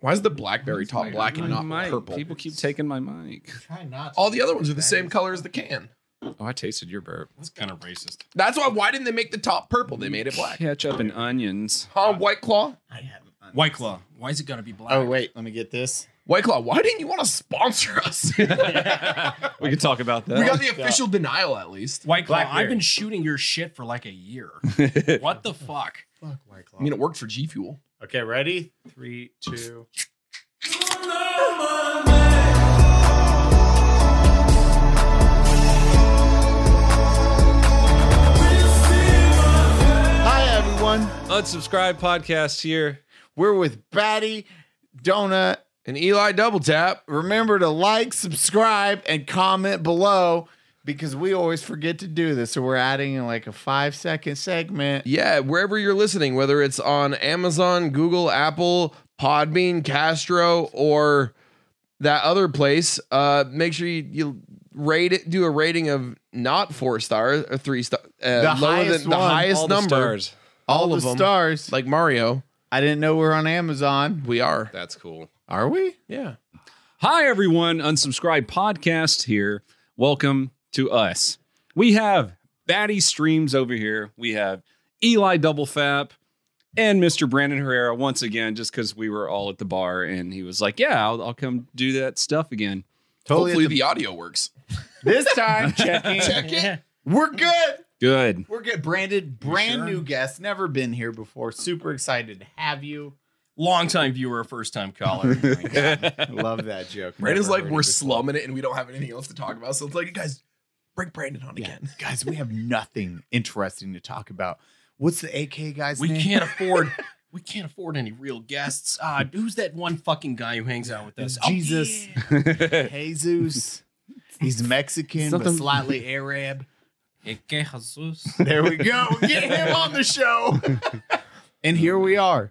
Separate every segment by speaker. Speaker 1: Why is the blackberry top black and not
Speaker 2: mic.
Speaker 1: purple?
Speaker 2: People keep taking my mic.
Speaker 3: Try not.
Speaker 1: All the other ones are the same color as the can.
Speaker 2: Oh, I tasted your burp.
Speaker 4: That's kind of racist.
Speaker 1: That's why. Why didn't they make the top purple? They made it black.
Speaker 2: Ketchup and onions.
Speaker 1: Huh? White Claw.
Speaker 3: I haven't.
Speaker 4: White Claw. Why is it gotta be black?
Speaker 3: Oh wait, let me get this.
Speaker 1: White Claw. Why didn't you want to sponsor us? we
Speaker 2: We could talk about that.
Speaker 1: got the official denial at least.
Speaker 4: White Claw.
Speaker 3: Blackberry.
Speaker 4: I've been shooting your shit for like a year. what the fuck?
Speaker 3: Fuck White Claw.
Speaker 1: I mean, it worked for G Fuel.
Speaker 3: okay, ready? Three, two. Hi everyone.
Speaker 2: Unsubscribe podcast here.
Speaker 3: We're with Batty, Donut.
Speaker 1: And Eli Double Tap.
Speaker 3: Remember to like, subscribe, and comment below because we always forget to do this. So we're adding in like a five second segment.
Speaker 1: Yeah, wherever you're listening, whether it's on Amazon, Google, Apple, Podbean, Castro, or that other place, uh, make sure you, you rate it. Do a rating of not four stars or three star, uh,
Speaker 3: The
Speaker 1: lower
Speaker 3: highest
Speaker 1: than the
Speaker 3: one,
Speaker 1: highest
Speaker 2: All the
Speaker 1: number.
Speaker 2: stars.
Speaker 1: all,
Speaker 3: All
Speaker 1: of
Speaker 3: the
Speaker 1: them,
Speaker 3: stars.
Speaker 1: like Mario.
Speaker 3: I didn't know we are on Amazon.
Speaker 1: We are.
Speaker 2: That's cool.
Speaker 3: Are we?
Speaker 1: Yeah.
Speaker 2: Hi, everyone. Unsubscribe podcast here. Welcome to us. We have Batty Streams over here. We have Eli Double Fap and Mr. Brandon Herrera once again, just because we were all at the bar and he was like, Yeah, I'll, I'll come do that stuff again.
Speaker 3: Totally.
Speaker 1: Hopefully the, audio works.
Speaker 3: this time, checking. Check it. We're good.
Speaker 2: Good.
Speaker 3: We're good. Branded, brand
Speaker 4: sure?
Speaker 3: new guest. Never been here before. Super excited to have you.
Speaker 4: Longtime viewer, first time caller.
Speaker 3: Love that joke.
Speaker 1: Brandon's
Speaker 3: Never
Speaker 1: like,
Speaker 3: heard
Speaker 1: we're
Speaker 3: it before.
Speaker 1: slumming it and we don't have anything else to talk about. So it's like, guys, bring Brandon on
Speaker 3: Yeah.
Speaker 1: again.
Speaker 3: guys, we have nothing interesting to talk about. What's the AK guy's
Speaker 4: we
Speaker 3: name?
Speaker 4: can't afford we can't afford any real guests. Uh, who's that one fucking guy who hangs out with us? Oh,
Speaker 3: Jesus.
Speaker 4: yeah.
Speaker 3: Jesus. He's Mexican, but
Speaker 2: Something-
Speaker 3: slightly Arab.
Speaker 4: Ike Jesus.
Speaker 3: There we go. Get him on the show. and here we are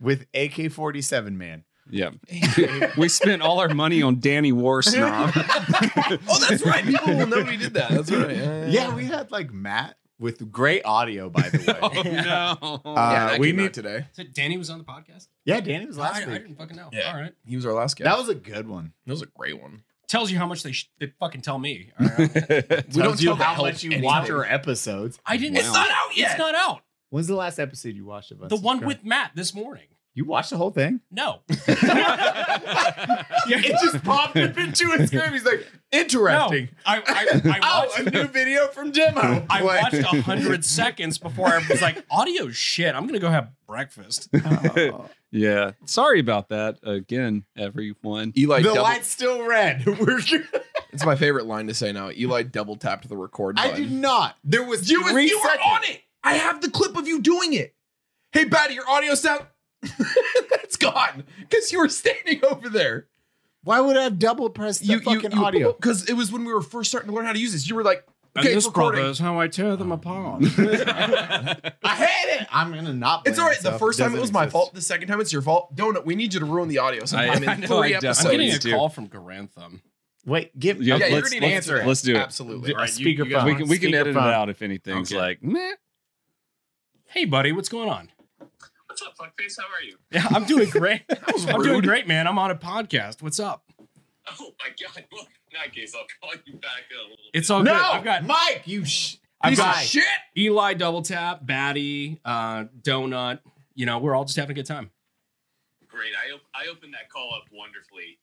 Speaker 3: with AK 47, man.
Speaker 2: Yeah. we spent all our money on Danny Warsnob.
Speaker 1: Oh, that's right. People will know we did that. That's right.
Speaker 3: Yeah, we had like Matt with great audio, by the way.
Speaker 2: Oh, no.
Speaker 3: Uh,
Speaker 1: yeah, that
Speaker 3: we
Speaker 1: came out
Speaker 3: need-
Speaker 1: today.
Speaker 4: So Danny was on the podcast?
Speaker 3: yeah, Danny was last
Speaker 4: I, I
Speaker 3: week.
Speaker 4: didn't fucking know.
Speaker 1: Yeah.
Speaker 4: All right.
Speaker 1: He was our last guest.
Speaker 3: That was a good one.
Speaker 1: That was a great one.
Speaker 4: Tells you how much they, sh- they fucking tell me. All right.
Speaker 2: Uh,
Speaker 1: We don't
Speaker 3: Tells you
Speaker 1: tell the
Speaker 3: how
Speaker 1: help
Speaker 3: much you
Speaker 1: anything.
Speaker 3: watch our episodes.
Speaker 4: I didn't.
Speaker 2: Wow.
Speaker 4: It's not out yet. It's not out.
Speaker 3: When's the last episode you watched of us?
Speaker 4: The one with Matt this morning.
Speaker 3: you watched the whole thing.
Speaker 4: No.
Speaker 3: it just popped up into his Oh, screen. He's like,
Speaker 4: No.
Speaker 3: interesting.
Speaker 4: I, I, I watched.
Speaker 3: new video from Demo.
Speaker 4: I watched a hundred seconds before I was like, "Audio shit." I'm gonna go have breakfast.
Speaker 1: Oh.
Speaker 2: yeah. Sorry about that again, everyone.
Speaker 1: Eli,
Speaker 3: the
Speaker 1: double,
Speaker 3: light's still red. We're good.
Speaker 1: it's my favorite line to say now. Eli double tapped the record
Speaker 3: I
Speaker 1: button.
Speaker 3: did not. There was
Speaker 1: You, was,
Speaker 3: three
Speaker 1: you were
Speaker 3: seconds.
Speaker 1: on it. I have the clip of you doing it. Hey, Batty, your audio sound. That's gone because you were standing over there.
Speaker 3: Why would I have double pressed the fucking audio?
Speaker 1: Because it was when we were first starting to learn how to use this. You were like, okay, it's recording.
Speaker 2: how I tear them apart.
Speaker 3: I had it. I'm gonna not.
Speaker 1: It's
Speaker 3: blame
Speaker 1: all right. The
Speaker 3: myself.
Speaker 1: first
Speaker 3: It
Speaker 1: time it
Speaker 3: doesn't
Speaker 1: was my
Speaker 3: exist.
Speaker 1: fault. The second time it's your fault. Donut, we need you to ruin the audio sometime
Speaker 2: I- I
Speaker 1: in
Speaker 2: know,
Speaker 1: three
Speaker 2: I don't.
Speaker 1: episodes.
Speaker 4: I'm getting a
Speaker 2: do.
Speaker 4: call from Garantham.
Speaker 3: Wait, give.
Speaker 1: yeah,
Speaker 2: Yeah,
Speaker 3: okay,
Speaker 1: you're
Speaker 2: let's-
Speaker 1: going to answer it.
Speaker 2: let's do it.
Speaker 1: Absolutely.
Speaker 4: Right, you- you
Speaker 3: speakerphone.
Speaker 4: guys-
Speaker 2: we can, we can edit it
Speaker 3: Speakerphone.
Speaker 2: out if anything's
Speaker 4: Okay.
Speaker 2: like meh.
Speaker 4: Hey, buddy, what's going on?
Speaker 5: What's up, fuckface? How are you?
Speaker 4: Yeah, I'm doing great. I'm doing
Speaker 1: rude.
Speaker 4: great, man. I'm on a podcast. What's up?
Speaker 5: Oh my god! Well, in that case, I'll call you back in a little bit.
Speaker 4: It's all
Speaker 3: No,
Speaker 4: good. I've got
Speaker 3: Mike. You. Sh-
Speaker 4: I've
Speaker 3: piece of
Speaker 4: got
Speaker 3: shit.
Speaker 1: Shit.
Speaker 4: Eli Double Tap, Batty, uh, Donut. You know, we're all just having a good time.
Speaker 5: great. I op- I opened that call up wonderfully.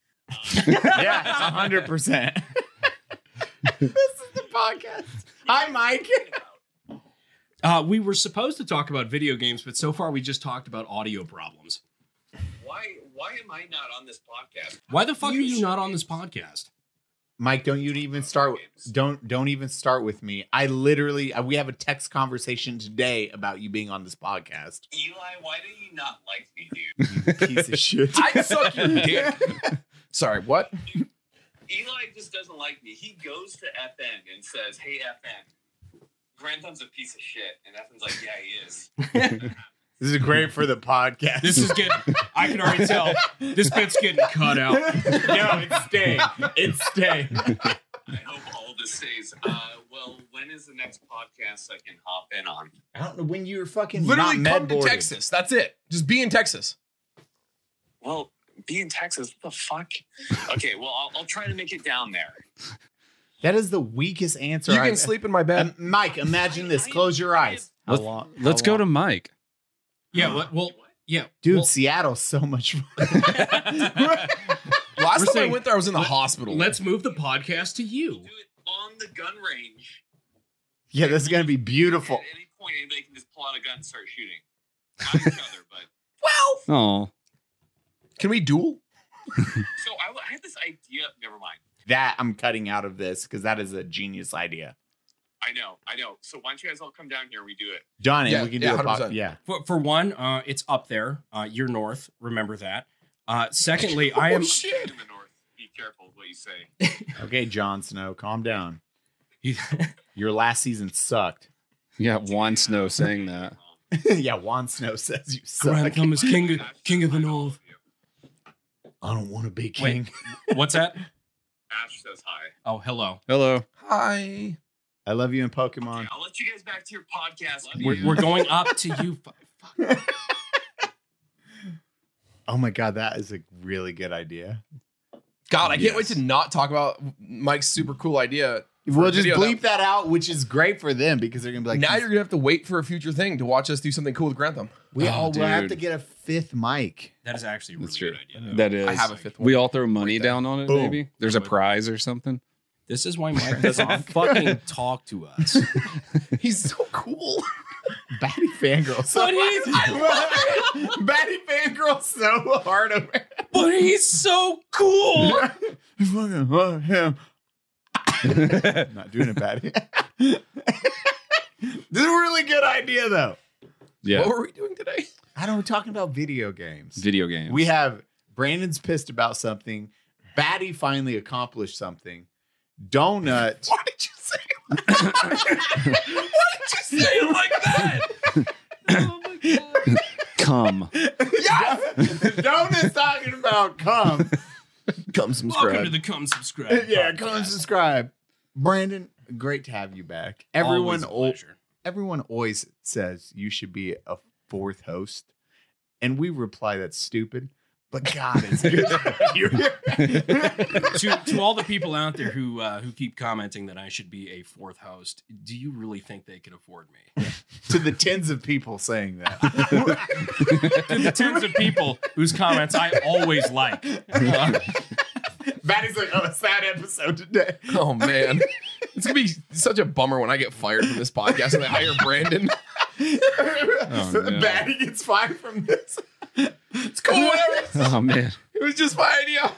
Speaker 3: yeah, hundred percent. This is the podcast. Hi, Mike.
Speaker 4: Uh, we were supposed to talk about video games, but so far we just talked about audio problems.
Speaker 5: Why why am I not on this podcast?
Speaker 4: Why the fuck are you not on this podcast?
Speaker 3: Mike, don't you even start. with- Don't don't even start with me. I literally. I- We have a text conversation today about you being on this podcast.
Speaker 5: Eli, why do you not like me, dude?
Speaker 3: You piece of shit.
Speaker 1: I suck your dick. Sorry, what?
Speaker 5: Eli just doesn't like me. He goes to FN and says, "Hey, FN, Grantham's a piece of shit," and FN's like, "Yeah, he is."
Speaker 3: This is great for the podcast.
Speaker 4: This is getting, I can already tell this bit's getting cut out.
Speaker 3: no, it's staying. It's staying.
Speaker 5: I hope all of this stays. Uh, well, when is the next podcast I can hop in on?
Speaker 3: I don't know when you're fucking
Speaker 1: Literally
Speaker 3: not
Speaker 1: come to
Speaker 3: med-boarded.
Speaker 1: Texas. That's it. Just be in Texas.
Speaker 5: well, be in Texas. What the fuck? Okay, well, I'll, I'll try to make it down there.
Speaker 3: That is the weakest answer.
Speaker 1: you can
Speaker 3: I've-
Speaker 1: sleep in my
Speaker 3: Um,
Speaker 1: bed.
Speaker 3: Mike, imagine this. Close your eyes. How
Speaker 2: Let's-
Speaker 3: long- how
Speaker 2: Let's go to
Speaker 3: long-
Speaker 2: Mike.
Speaker 4: Yeah. Well, well yeah.
Speaker 3: dude.
Speaker 4: well-
Speaker 3: Seattle's so much fun.
Speaker 1: Last
Speaker 4: We're
Speaker 1: time
Speaker 4: saying-
Speaker 1: I went there, I was in the
Speaker 4: let-
Speaker 1: hospital.
Speaker 4: Let's move the podcast to you.
Speaker 5: Do it on the gun range.
Speaker 3: yeah, this is gonna be
Speaker 5: At
Speaker 3: beautiful.
Speaker 5: any point, anybody can just pull out a gun and start shooting. Not each other, but
Speaker 2: Oh,
Speaker 1: Can we duel?
Speaker 5: so I, I had this idea. Never mind.
Speaker 3: That I'm cutting out of this because that is a genius idea.
Speaker 5: I know, I know. So why don't you guys all come down here? We do it.
Speaker 3: Done. and
Speaker 1: Yeah,
Speaker 3: we can
Speaker 1: yeah,
Speaker 3: do a pod-
Speaker 1: 100%.
Speaker 3: Yeah.
Speaker 4: For, for one, uh, it's up there. Uh, you're north. Remember that. Uh, secondly, I
Speaker 3: Oh,
Speaker 4: am.
Speaker 5: shit. In the north. Be careful what you say.
Speaker 3: Okay, Jon Snow, calm down. Your last season sucked.
Speaker 2: yeah, Juan Snow saying that.
Speaker 3: yeah, Juan Snow says you suck.
Speaker 4: Grantham is king of, king of the north.
Speaker 3: I don't want to be king.
Speaker 4: What's that?
Speaker 5: Ash says hi.
Speaker 4: Oh, hello.
Speaker 2: Hello.
Speaker 1: Hi.
Speaker 3: I love you in Pokemon.
Speaker 5: Okay, I'll let you guys back to your podcast. Love
Speaker 4: We're,
Speaker 5: you.
Speaker 4: we're going up to you.
Speaker 3: Oh my god, that is a really good idea.
Speaker 1: God, I can't
Speaker 3: Yes.
Speaker 1: wait to not talk about Mike's super cool idea.
Speaker 3: We'll just
Speaker 1: video
Speaker 3: bleep that out, which is great for them because they're gonna be like,
Speaker 1: now
Speaker 3: "These-
Speaker 1: you're gonna have to wait for a future thing to watch us do something cool with Grantham.
Speaker 3: we
Speaker 2: Oh,
Speaker 3: all will have
Speaker 2: dude.
Speaker 3: to get a fifth mic.
Speaker 4: That is actually a really
Speaker 2: That's true.
Speaker 4: good idea. though.
Speaker 2: That is.
Speaker 1: I have a fifth one.
Speaker 2: we all throw money down on it,
Speaker 3: Boom.
Speaker 2: maybe. There's a prize or something.
Speaker 4: This is why Mike doesn't fucking talk to us.
Speaker 1: He's so cool.
Speaker 3: Batty fangirl. So
Speaker 4: But he's-
Speaker 3: I love it. Batty fangirl so hard over.
Speaker 4: but he's so cool.
Speaker 3: I fucking love him. Not doing it, Batty. this is a really good idea though.
Speaker 2: yeah.
Speaker 1: What were we doing today?
Speaker 3: I don't know, we're talking about video games.
Speaker 2: Video games.
Speaker 3: We have Brandon's pissed about something. Batty finally accomplished something. Donut.
Speaker 1: Why did you say? Why did you say it like that?
Speaker 2: come.
Speaker 3: Donut's talking about come.
Speaker 1: Come
Speaker 4: Welcome to
Speaker 1: subscribe.
Speaker 4: the Come Subscribe.
Speaker 3: yeah,
Speaker 4: podcast.
Speaker 3: come and subscribe. Brandon, great to have you back.
Speaker 4: Always
Speaker 3: Everyone,
Speaker 4: a
Speaker 3: al-
Speaker 4: pleasure.
Speaker 3: everyone always says you should be a fourth host, and we reply that's stupid. But God, it's good. to have you here.
Speaker 4: to, to all the people out there who uh, who keep commenting that I should be a fourth host, do you really think they could afford me?
Speaker 3: to the tens of people saying that.
Speaker 4: To the tens of people whose comments I always like. Uh,
Speaker 3: Batty's like, oh, a sad episode today.
Speaker 1: Oh man, it's gonna be such a bummer when I get fired from this podcast and they hire Brandon.
Speaker 4: Oh,
Speaker 2: no.
Speaker 3: Batty gets fired from this.
Speaker 1: It's cool. Whatever.
Speaker 2: Oh man.
Speaker 1: It was just my idea.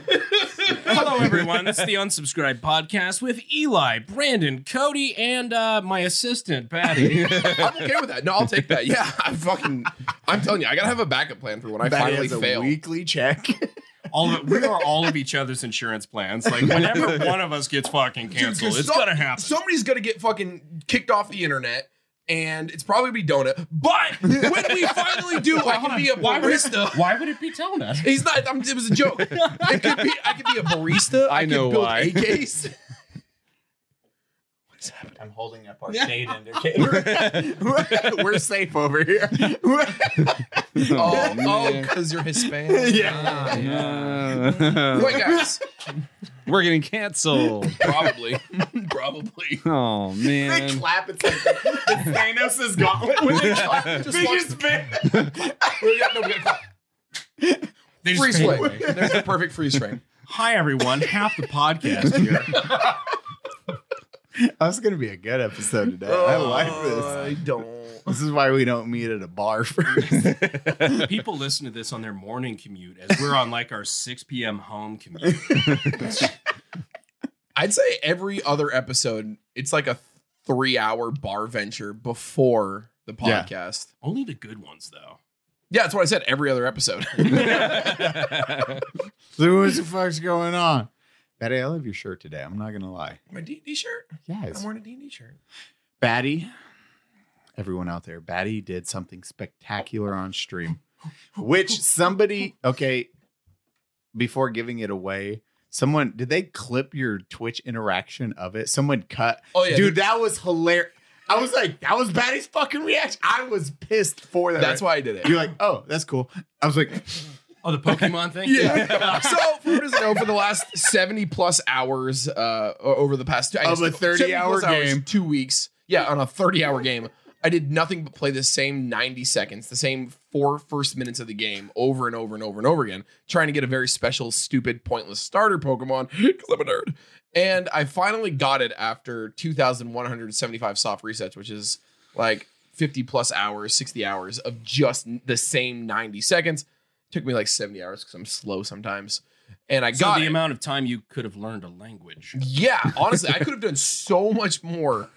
Speaker 4: hello, everyone. This is the Unsubscribe Podcast with Eli, Brandon, Cody, and uh, my assistant, Patty.
Speaker 1: I'm okay with that. No, I'll take that. Yeah, I'm fucking. I'm telling you, I gotta have a backup plan for when I
Speaker 3: Batty
Speaker 1: finally
Speaker 3: has a
Speaker 1: fail.
Speaker 3: weekly check.
Speaker 4: All of, we are all of each other's insurance plans. Like, whenever one of us gets fucking canceled,
Speaker 1: Dude,
Speaker 4: it's
Speaker 1: some-
Speaker 4: going to happen.
Speaker 1: Somebody's gonna get fucking kicked off the internet, and it's probably gonna be Donut. But when we finally do, I can be a
Speaker 4: Why would, it,
Speaker 1: barista.
Speaker 4: why would it be Donut?
Speaker 1: He's not. I'm, it was a joke. I could be. I could be a barista.
Speaker 2: I
Speaker 1: could
Speaker 2: know
Speaker 1: build
Speaker 2: why.
Speaker 1: A case.
Speaker 3: I'm holding up our shade indicator. we're, we're safe over here.
Speaker 1: Oh, oh,
Speaker 2: man.
Speaker 1: because you're Hispanic.
Speaker 3: Yeah.
Speaker 2: Uh,
Speaker 1: Wait, guys.
Speaker 2: we're getting canceled.
Speaker 1: Probably. Probably.
Speaker 2: Oh
Speaker 3: they
Speaker 2: man.
Speaker 3: clap. It's like it's Thanos' gauntlet. When they clap,
Speaker 1: Just
Speaker 3: they
Speaker 1: walk-
Speaker 3: just bend.
Speaker 1: we got- no, we got-
Speaker 4: They just
Speaker 1: freeze
Speaker 4: fade
Speaker 1: frame.
Speaker 4: away.
Speaker 1: There's the perfect freeze frame.
Speaker 4: Hi, everyone. Half the podcast here.
Speaker 3: That's gonna be a good episode today. I like this.
Speaker 1: I don't.
Speaker 3: This is why we don't meet at a bar first.
Speaker 4: People listen to this on their morning commute as we're on like our 6 p.m. home commute.
Speaker 1: I'd say every other episode, it's like a three hour bar venture before the
Speaker 3: Yeah.
Speaker 1: podcast.
Speaker 4: Only the good ones, though.
Speaker 1: Yeah, that's what I said. Every other episode.
Speaker 3: so what the fuck's going on? Betty, I love your shirt today. I'm not gonna lie.
Speaker 1: My D and D shirt.
Speaker 3: Yeah,
Speaker 1: I'm
Speaker 3: it's
Speaker 1: wearing a D and D shirt.
Speaker 3: Batty, everyone out there, Batty did something spectacular on stream, which somebody, okay, before giving it away, someone, did they clip your Twitch interaction of it? Someone cut.
Speaker 1: Oh yeah,
Speaker 3: Dude, that was hilarious. I was like, that was Batty's fucking reaction. I was pissed for that.
Speaker 1: That's why I did it.
Speaker 3: You're like, oh, that's cool. I was like,
Speaker 4: Oh, the Pokemon thing.
Speaker 1: Yeah. so for doesn't know, for the last seventy plus hours, uh, o- over the past I
Speaker 3: Of a 30
Speaker 1: 70
Speaker 3: hour
Speaker 1: plus hours,
Speaker 3: game.
Speaker 1: two weeks, yeah, on a thirty hour game, I did nothing but play the same ninety seconds, the same four first minutes of the game over and over and over and over again, trying to get a very special, stupid, pointless starter Pokemon because I'm a nerd. And I finally got it after two thousand one hundred seventy five soft resets, which is like. 50 plus hours, 60 hours of just n- the same 90 seconds took me like 70 hours because I'm slow sometimes. And I
Speaker 4: So
Speaker 1: got
Speaker 4: the
Speaker 1: it.
Speaker 4: amount of time you could have learned a language.
Speaker 1: yeah, honestly, I could have done so much more.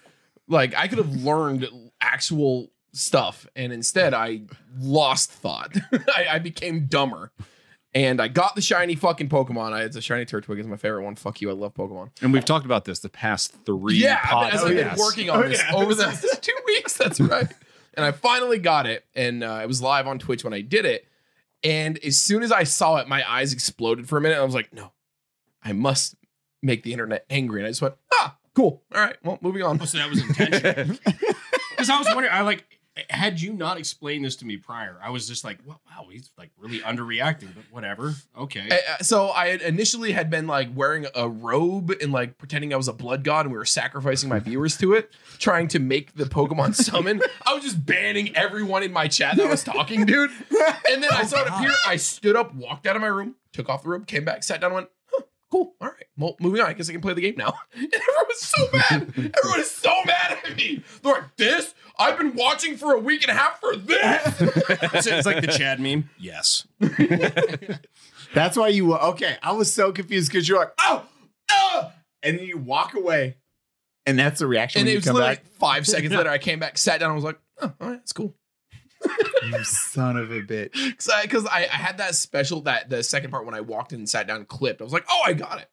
Speaker 1: Like I could have learned actual stuff, and instead I lost thought. I, I became dumber. And I got the shiny fucking Pokemon. I, it's a shiny Turtwig. It's my favorite one. Fuck you. I love Pokemon.
Speaker 2: And we've talked about this the past three
Speaker 1: yeah, I've been-
Speaker 2: podcasts.
Speaker 1: as I've been working on
Speaker 3: Oh,
Speaker 1: this
Speaker 3: yeah.
Speaker 1: over the last two weeks. That's right. And I finally got it, and uh, it was live on Twitch when I did it. And as soon as I saw it, my eyes exploded for a minute. I was like, "No, I must make the internet angry." And I just went, "Ah, cool. All right, well, moving on."
Speaker 4: Oh, so that was intentional. Because I was wondering, I like, had you not explained this to me prior, I was just like, well, wow, he's like really underreacting, but whatever. Okay.
Speaker 1: Uh, uh, so I had initially had been like wearing a robe and like pretending I was a blood god, and we were sacrificing my viewers to it, trying to make the Pokemon summon. I was just banning everyone in my chat that I was talking, dude. And then I
Speaker 3: Oh,
Speaker 1: saw it appear. I stood up, walked out of my room, took off the robe, came back, sat down, and went. "Huh, Cool. All right. Well, moving on. I guess I can play the game now. And everyone was so mad. Everyone is so mad at me. They're like, "This? I've been watching for a week and a half for this."
Speaker 4: So it's like the Chad meme. Yes.
Speaker 3: That's why you okay. I was so confused because you're like, oh, oh, and then you walk away, and that's the reaction
Speaker 1: and
Speaker 3: when
Speaker 1: it
Speaker 3: you
Speaker 1: was
Speaker 3: come
Speaker 1: literally
Speaker 3: back.
Speaker 1: five seconds later. I came back, sat down, and was like, "Oh, all right, that's cool."
Speaker 3: You son of a bitch!
Speaker 1: Because I, 'cause I, I had that special that the second part when I walked in and sat down and clipped, I was like, "Oh, I got it,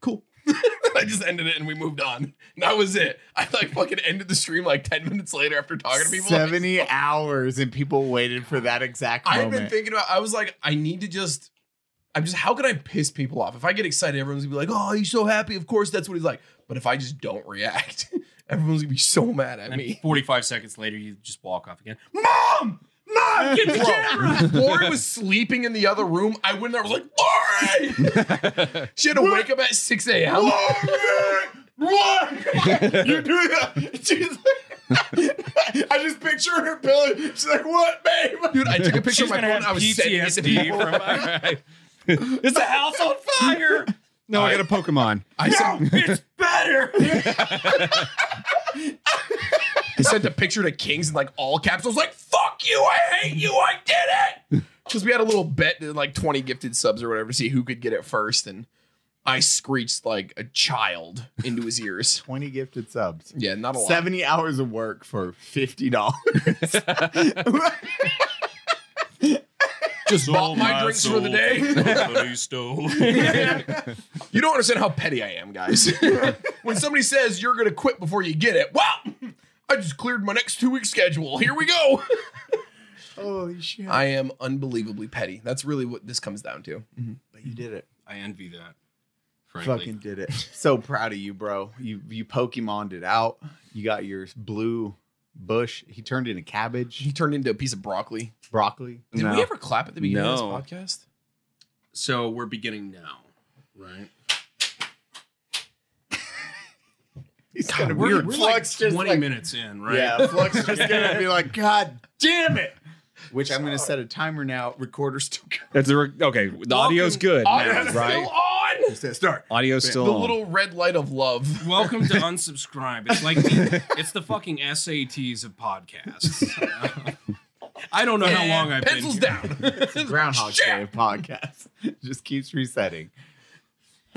Speaker 1: cool." I just ended it and we moved on. And that was it. I like fucking ended the stream like ten minutes later after talking to people. like,
Speaker 3: Seventy hours, and people waited for that exact
Speaker 1: I've
Speaker 3: e- moment.
Speaker 1: been thinking about. I was like, I need to just. I'm just. How can I piss people off? If I get excited, everyone's gonna be like, "Oh, he's so happy." Of course, that's what he's like. But if I just don't react, everyone's gonna be so mad at
Speaker 4: And
Speaker 1: me.
Speaker 4: 45 seconds later, you just walk off again.
Speaker 1: Mom! Mom, get the camera! Lori was sleeping in the other room. I went in there, I was like, Lori! she had to wake up at 6 a.m. Lori! Lori! you do that? She's like, I just picture her pillow. She's like, what, babe? Dude, I took a picture of
Speaker 4: She's
Speaker 1: my
Speaker 4: gonna
Speaker 1: phone.
Speaker 4: have
Speaker 1: I was sending it to
Speaker 4: PTSD
Speaker 1: people.
Speaker 4: from.
Speaker 2: It's a house on fire. No, I got a Pokemon.
Speaker 1: I sent,
Speaker 4: it's better.
Speaker 1: I sent a picture to Kings in like all caps. I was like, fuck you, I hate you, I did it! Because we had a little bet to like 20 gifted subs or whatever to see who could get it first. And I screeched like a child into his ears.
Speaker 3: Twenty gifted subs,
Speaker 1: Yeah, not a lot.
Speaker 3: seventy hours of work for fifty dollars.
Speaker 1: Just bought my drinks for the day.
Speaker 4: stole.
Speaker 1: You don't understand how petty I am, guys. when somebody says you're gonna quit before you get it, well, I just cleared my next two week schedule. Here we go.
Speaker 3: Holy shit!
Speaker 1: I am unbelievably petty. That's really what this comes down to.
Speaker 3: but you did it.
Speaker 4: I envy that. Frankly.
Speaker 3: Fucking did it. So proud of you, bro. You you Pokemoned it out. You got your blue bush. He turned into cabbage,
Speaker 1: He turned into a piece of broccoli.
Speaker 3: broccoli.
Speaker 1: Did
Speaker 2: No.
Speaker 1: we ever clap at the beginning
Speaker 2: No.
Speaker 1: of this podcast?
Speaker 4: So we're beginning now, right?
Speaker 3: He's
Speaker 1: God,
Speaker 3: gonna be-
Speaker 1: we're-
Speaker 3: Flux
Speaker 4: like
Speaker 3: just
Speaker 4: 20
Speaker 3: like-
Speaker 4: minutes in, right?
Speaker 3: Yeah, Flux just gonna be like, God damn it. Which I'm gonna set a timer now. Recorder's still
Speaker 2: That's a re- okay. The audio's good, now, right?
Speaker 1: Still on.
Speaker 3: going. Start.
Speaker 2: Audio's still
Speaker 1: The
Speaker 2: on.
Speaker 1: little red light of love.
Speaker 4: Welcome to unsubscribe. It's like the, it's the fucking SATs of podcasts. I don't know how long I've
Speaker 1: Pencils
Speaker 4: been here.
Speaker 1: down.
Speaker 3: Groundhog
Speaker 1: Shit.
Speaker 3: Day podcast. Just keeps resetting.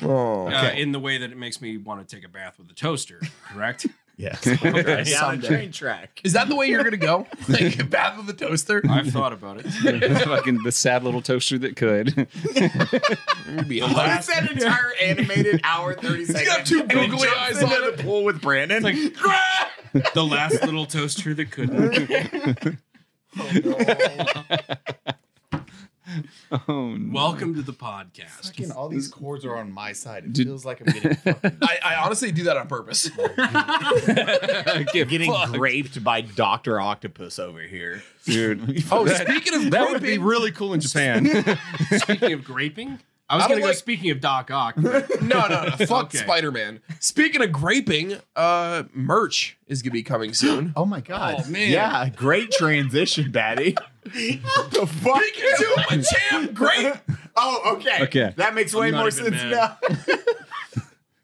Speaker 1: Oh.
Speaker 4: uh, in the way that it makes me want to take a bath with a toaster. Correct?
Speaker 3: Yes. Down a
Speaker 4: Someday.
Speaker 3: train track.
Speaker 1: Is that the way you're gonna go? Like bath with a toaster?
Speaker 4: I've thought about it.
Speaker 2: fucking the sad little toaster that could.
Speaker 1: be
Speaker 3: What is that entire animated hour 30 seconds?
Speaker 1: got two googly eyes on
Speaker 3: into the pool with Brandon. Like,
Speaker 4: The last little toaster that couldn't.
Speaker 2: Oh, no.
Speaker 4: Welcome to the podcast.
Speaker 3: Fucking all these cords are on my side. It
Speaker 2: Did-
Speaker 3: feels like I'm getting fucking,
Speaker 1: I, I honestly do that on purpose.
Speaker 2: Get
Speaker 3: getting
Speaker 2: fucked.
Speaker 3: raped by Doctor Octopus over here.
Speaker 2: dude.
Speaker 1: Oh,
Speaker 2: that,
Speaker 1: speaking of
Speaker 2: that would be
Speaker 1: raping,
Speaker 2: really cool in Japan.
Speaker 4: Speaking of graping, I was
Speaker 1: I don't
Speaker 4: going to go.
Speaker 1: like-
Speaker 4: Speaking of Doc Ock, but
Speaker 1: no, no, no. Fuck
Speaker 4: Okay.
Speaker 1: Spider Man. Speaking of graping, uh, merch is gonna be coming soon.
Speaker 3: Oh my god.
Speaker 4: Oh, man.
Speaker 3: Yeah, great transition, Daddy. the fuck?
Speaker 1: Do a jam grape.
Speaker 3: Oh, okay.
Speaker 2: Okay.
Speaker 3: That makes
Speaker 4: I'm
Speaker 3: way
Speaker 4: not
Speaker 3: more
Speaker 4: even
Speaker 3: sense
Speaker 4: mad.
Speaker 3: now.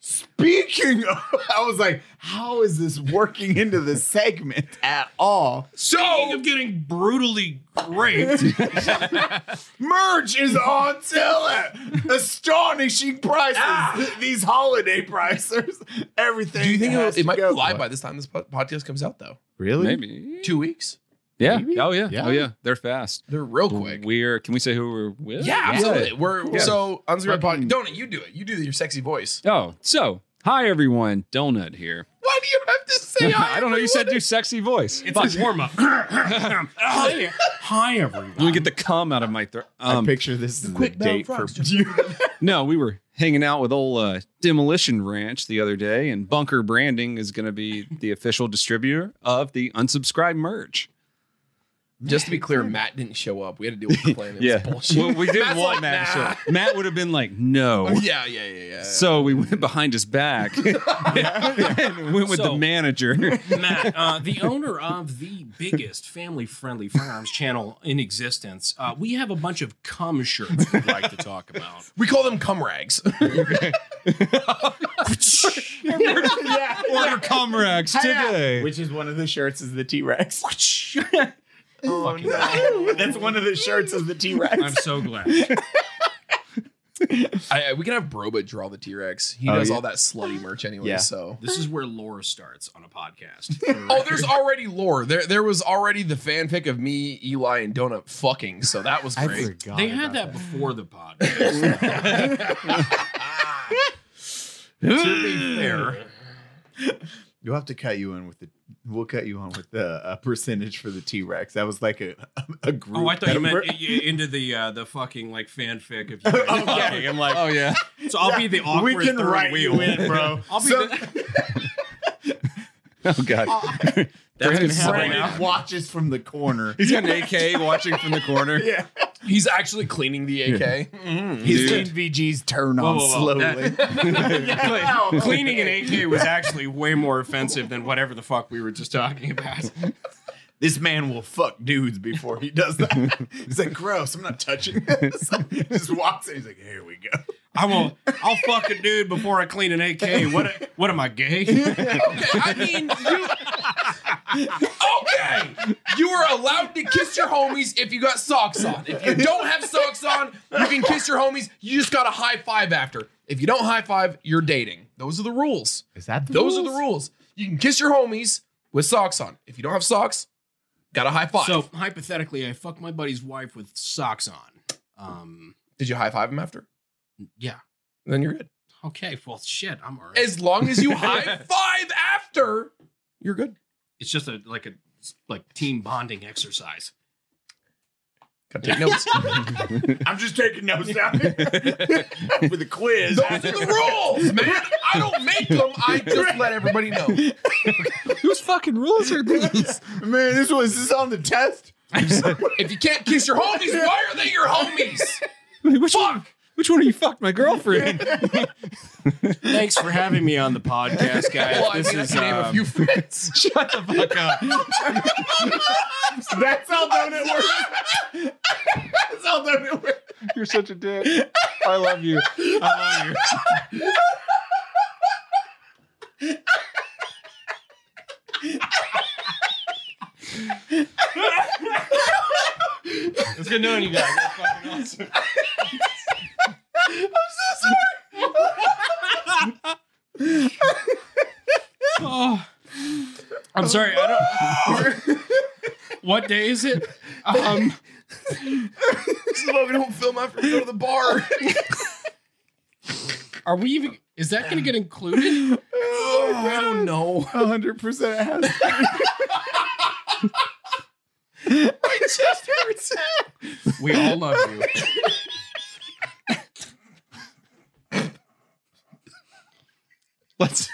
Speaker 3: Speaking of, I was like, how is this working into the segment at all?
Speaker 4: speaking of getting brutally raped,
Speaker 3: Merch is on sale at astonishing prices. These holiday prices, everything.
Speaker 1: Do you think
Speaker 3: Oh, has
Speaker 1: it, it
Speaker 3: to
Speaker 1: might be
Speaker 3: go.
Speaker 1: live by this time this po- podcast comes out? Though
Speaker 3: Really?
Speaker 2: Maybe.
Speaker 1: two weeks,
Speaker 2: Yeah.
Speaker 3: Maybe?
Speaker 2: Oh yeah.
Speaker 3: Yeah.
Speaker 2: Oh yeah. They're fast.
Speaker 1: they're real quick.
Speaker 2: We're. Can we say who we're with?
Speaker 1: yeah, absolutely. We're
Speaker 2: Yeah.
Speaker 1: so unscripted
Speaker 3: Fucking-
Speaker 1: podcast. Donut, you do it. You do your sexy voice.
Speaker 2: Oh, so hi everyone. Donut here.
Speaker 1: Why do you have to say?
Speaker 2: I don't know. You said do sexy voice.
Speaker 4: it's
Speaker 2: Fuck.
Speaker 4: a warm up. hi, hi, everyone.
Speaker 2: Let me get the cum out of my throat.
Speaker 3: I
Speaker 2: Um,
Speaker 3: picture this is the
Speaker 1: Quick Bell
Speaker 3: date for
Speaker 1: Frogs, just-
Speaker 2: no, we were hanging out with old uh, Demolition Ranch the other day, and Bunker Branding is going to be the official distributor of the unsubscribed merch.
Speaker 1: Just to be clear, Matt didn't show up. We had to deal with the plan. It was bullshit.
Speaker 2: Well, we did
Speaker 1: Matt's
Speaker 2: want
Speaker 1: like,
Speaker 2: Matt. to show
Speaker 1: nah.
Speaker 2: up. Matt would have been like, no.
Speaker 1: Yeah, yeah, yeah, yeah.
Speaker 2: So we went behind his back and went with the
Speaker 4: So-
Speaker 2: manager.
Speaker 4: Matt, uh, the owner of the biggest family-friendly firearms channel in existence, uh, we have a bunch of cum shirts we'd like to talk about.
Speaker 1: we call them cum rags.
Speaker 3: yeah.
Speaker 2: Order cum rags today.
Speaker 3: Which is one of the shirts is the T Rex. oh,
Speaker 4: Fucking-
Speaker 3: no. That's one of the shirts is the T
Speaker 4: I'm
Speaker 3: Rex.
Speaker 4: so glad.
Speaker 1: I, I- we can have Broba draw the T Rex. He
Speaker 3: Oh,
Speaker 1: does
Speaker 3: yeah.
Speaker 1: all that slutty merch anyway.
Speaker 3: Yeah.
Speaker 1: So.
Speaker 4: This is where lore starts on a podcast.
Speaker 1: Oh, there's already lore. There, there was already the fanfic of me, Eli, and Donut fucking. So that was great.
Speaker 3: forgot.
Speaker 4: They had that before the podcast.
Speaker 1: Ah. to be fair,
Speaker 3: You'll have to cut you in with the. We'll cut you on with the uh, percentage for the T Rex. That was like a a group.
Speaker 4: oh, I thought you meant
Speaker 3: effort.
Speaker 4: i- i- into the uh, the fucking like fanfic. If you guys-
Speaker 3: Okay, I'm like,
Speaker 2: Oh yeah.
Speaker 4: so I'll be the awkward
Speaker 3: we can
Speaker 4: third
Speaker 3: write
Speaker 4: wheel.
Speaker 3: you in, bro.
Speaker 4: I'll be
Speaker 3: So-
Speaker 4: the,
Speaker 2: Oh god. That's
Speaker 4: gonna happen right now.
Speaker 3: Brandon watches from the corner.
Speaker 2: He's got an AK watching from the corner.
Speaker 3: yeah,
Speaker 1: he's actually cleaning the AK.
Speaker 3: he's
Speaker 2: Dude.
Speaker 3: seen VG's turn
Speaker 4: Whoa,
Speaker 3: on
Speaker 4: whoa, whoa.
Speaker 3: slowly.
Speaker 4: Cle- Cleaning an AK was actually way more offensive than whatever the fuck we were just talking about.
Speaker 3: this man will fuck dudes before he does that. he's like, gross. I'm not touching this. Just walks in. He's like, here we go.
Speaker 4: I won't. I'll fuck a dude before I clean an AK. What? What am I gay?
Speaker 1: Okay, I mean, you. Okay, you are allowed to kiss your homies if you got socks on. If you don't have socks on, you can kiss your homies. You just got a high five after. If you don't high five, you're dating. Those are the rules.
Speaker 3: Is that the
Speaker 1: Those are the rules. You can kiss your homies with socks on. If you don't have socks, got a high five.
Speaker 4: So hypothetically, I fuck my buddy's wife with socks on. Um.
Speaker 1: Did you high five him after?
Speaker 4: Yeah.
Speaker 1: Then you're good.
Speaker 4: Okay. Well, shit. I'm alright.
Speaker 1: As long as you high five after, you're good.
Speaker 4: It's just a like a like team bonding exercise.
Speaker 1: Gotta take notes.
Speaker 3: I'm just taking notes down with a quiz.
Speaker 1: Those are the rules, man. I don't make them. I just let everybody know.
Speaker 2: Whose fucking rules are these?
Speaker 3: Man, this was this on the test.
Speaker 1: If you can't kiss your homies, why are they your homies?
Speaker 2: Which one? Which one of you fucked my girlfriend?
Speaker 4: Thanks for having me on the podcast, guys. um,
Speaker 1: Well, I mean, I can name a few friends.
Speaker 2: Shut the fuck up.
Speaker 3: That's how donut works. That's how donut works.
Speaker 2: You're such a dick. I love you. I love you.
Speaker 4: It's good knowing you guys.
Speaker 2: Oh,
Speaker 4: I'm sorry. I don't. what day is it?
Speaker 2: um,
Speaker 1: This is why we don't film after we go to the bar.
Speaker 4: Are we even? Is that going to get included?
Speaker 1: I don't know.
Speaker 3: Oh, hundred percent it has. to
Speaker 1: My chest hurts.
Speaker 4: We all love you.
Speaker 2: Let's.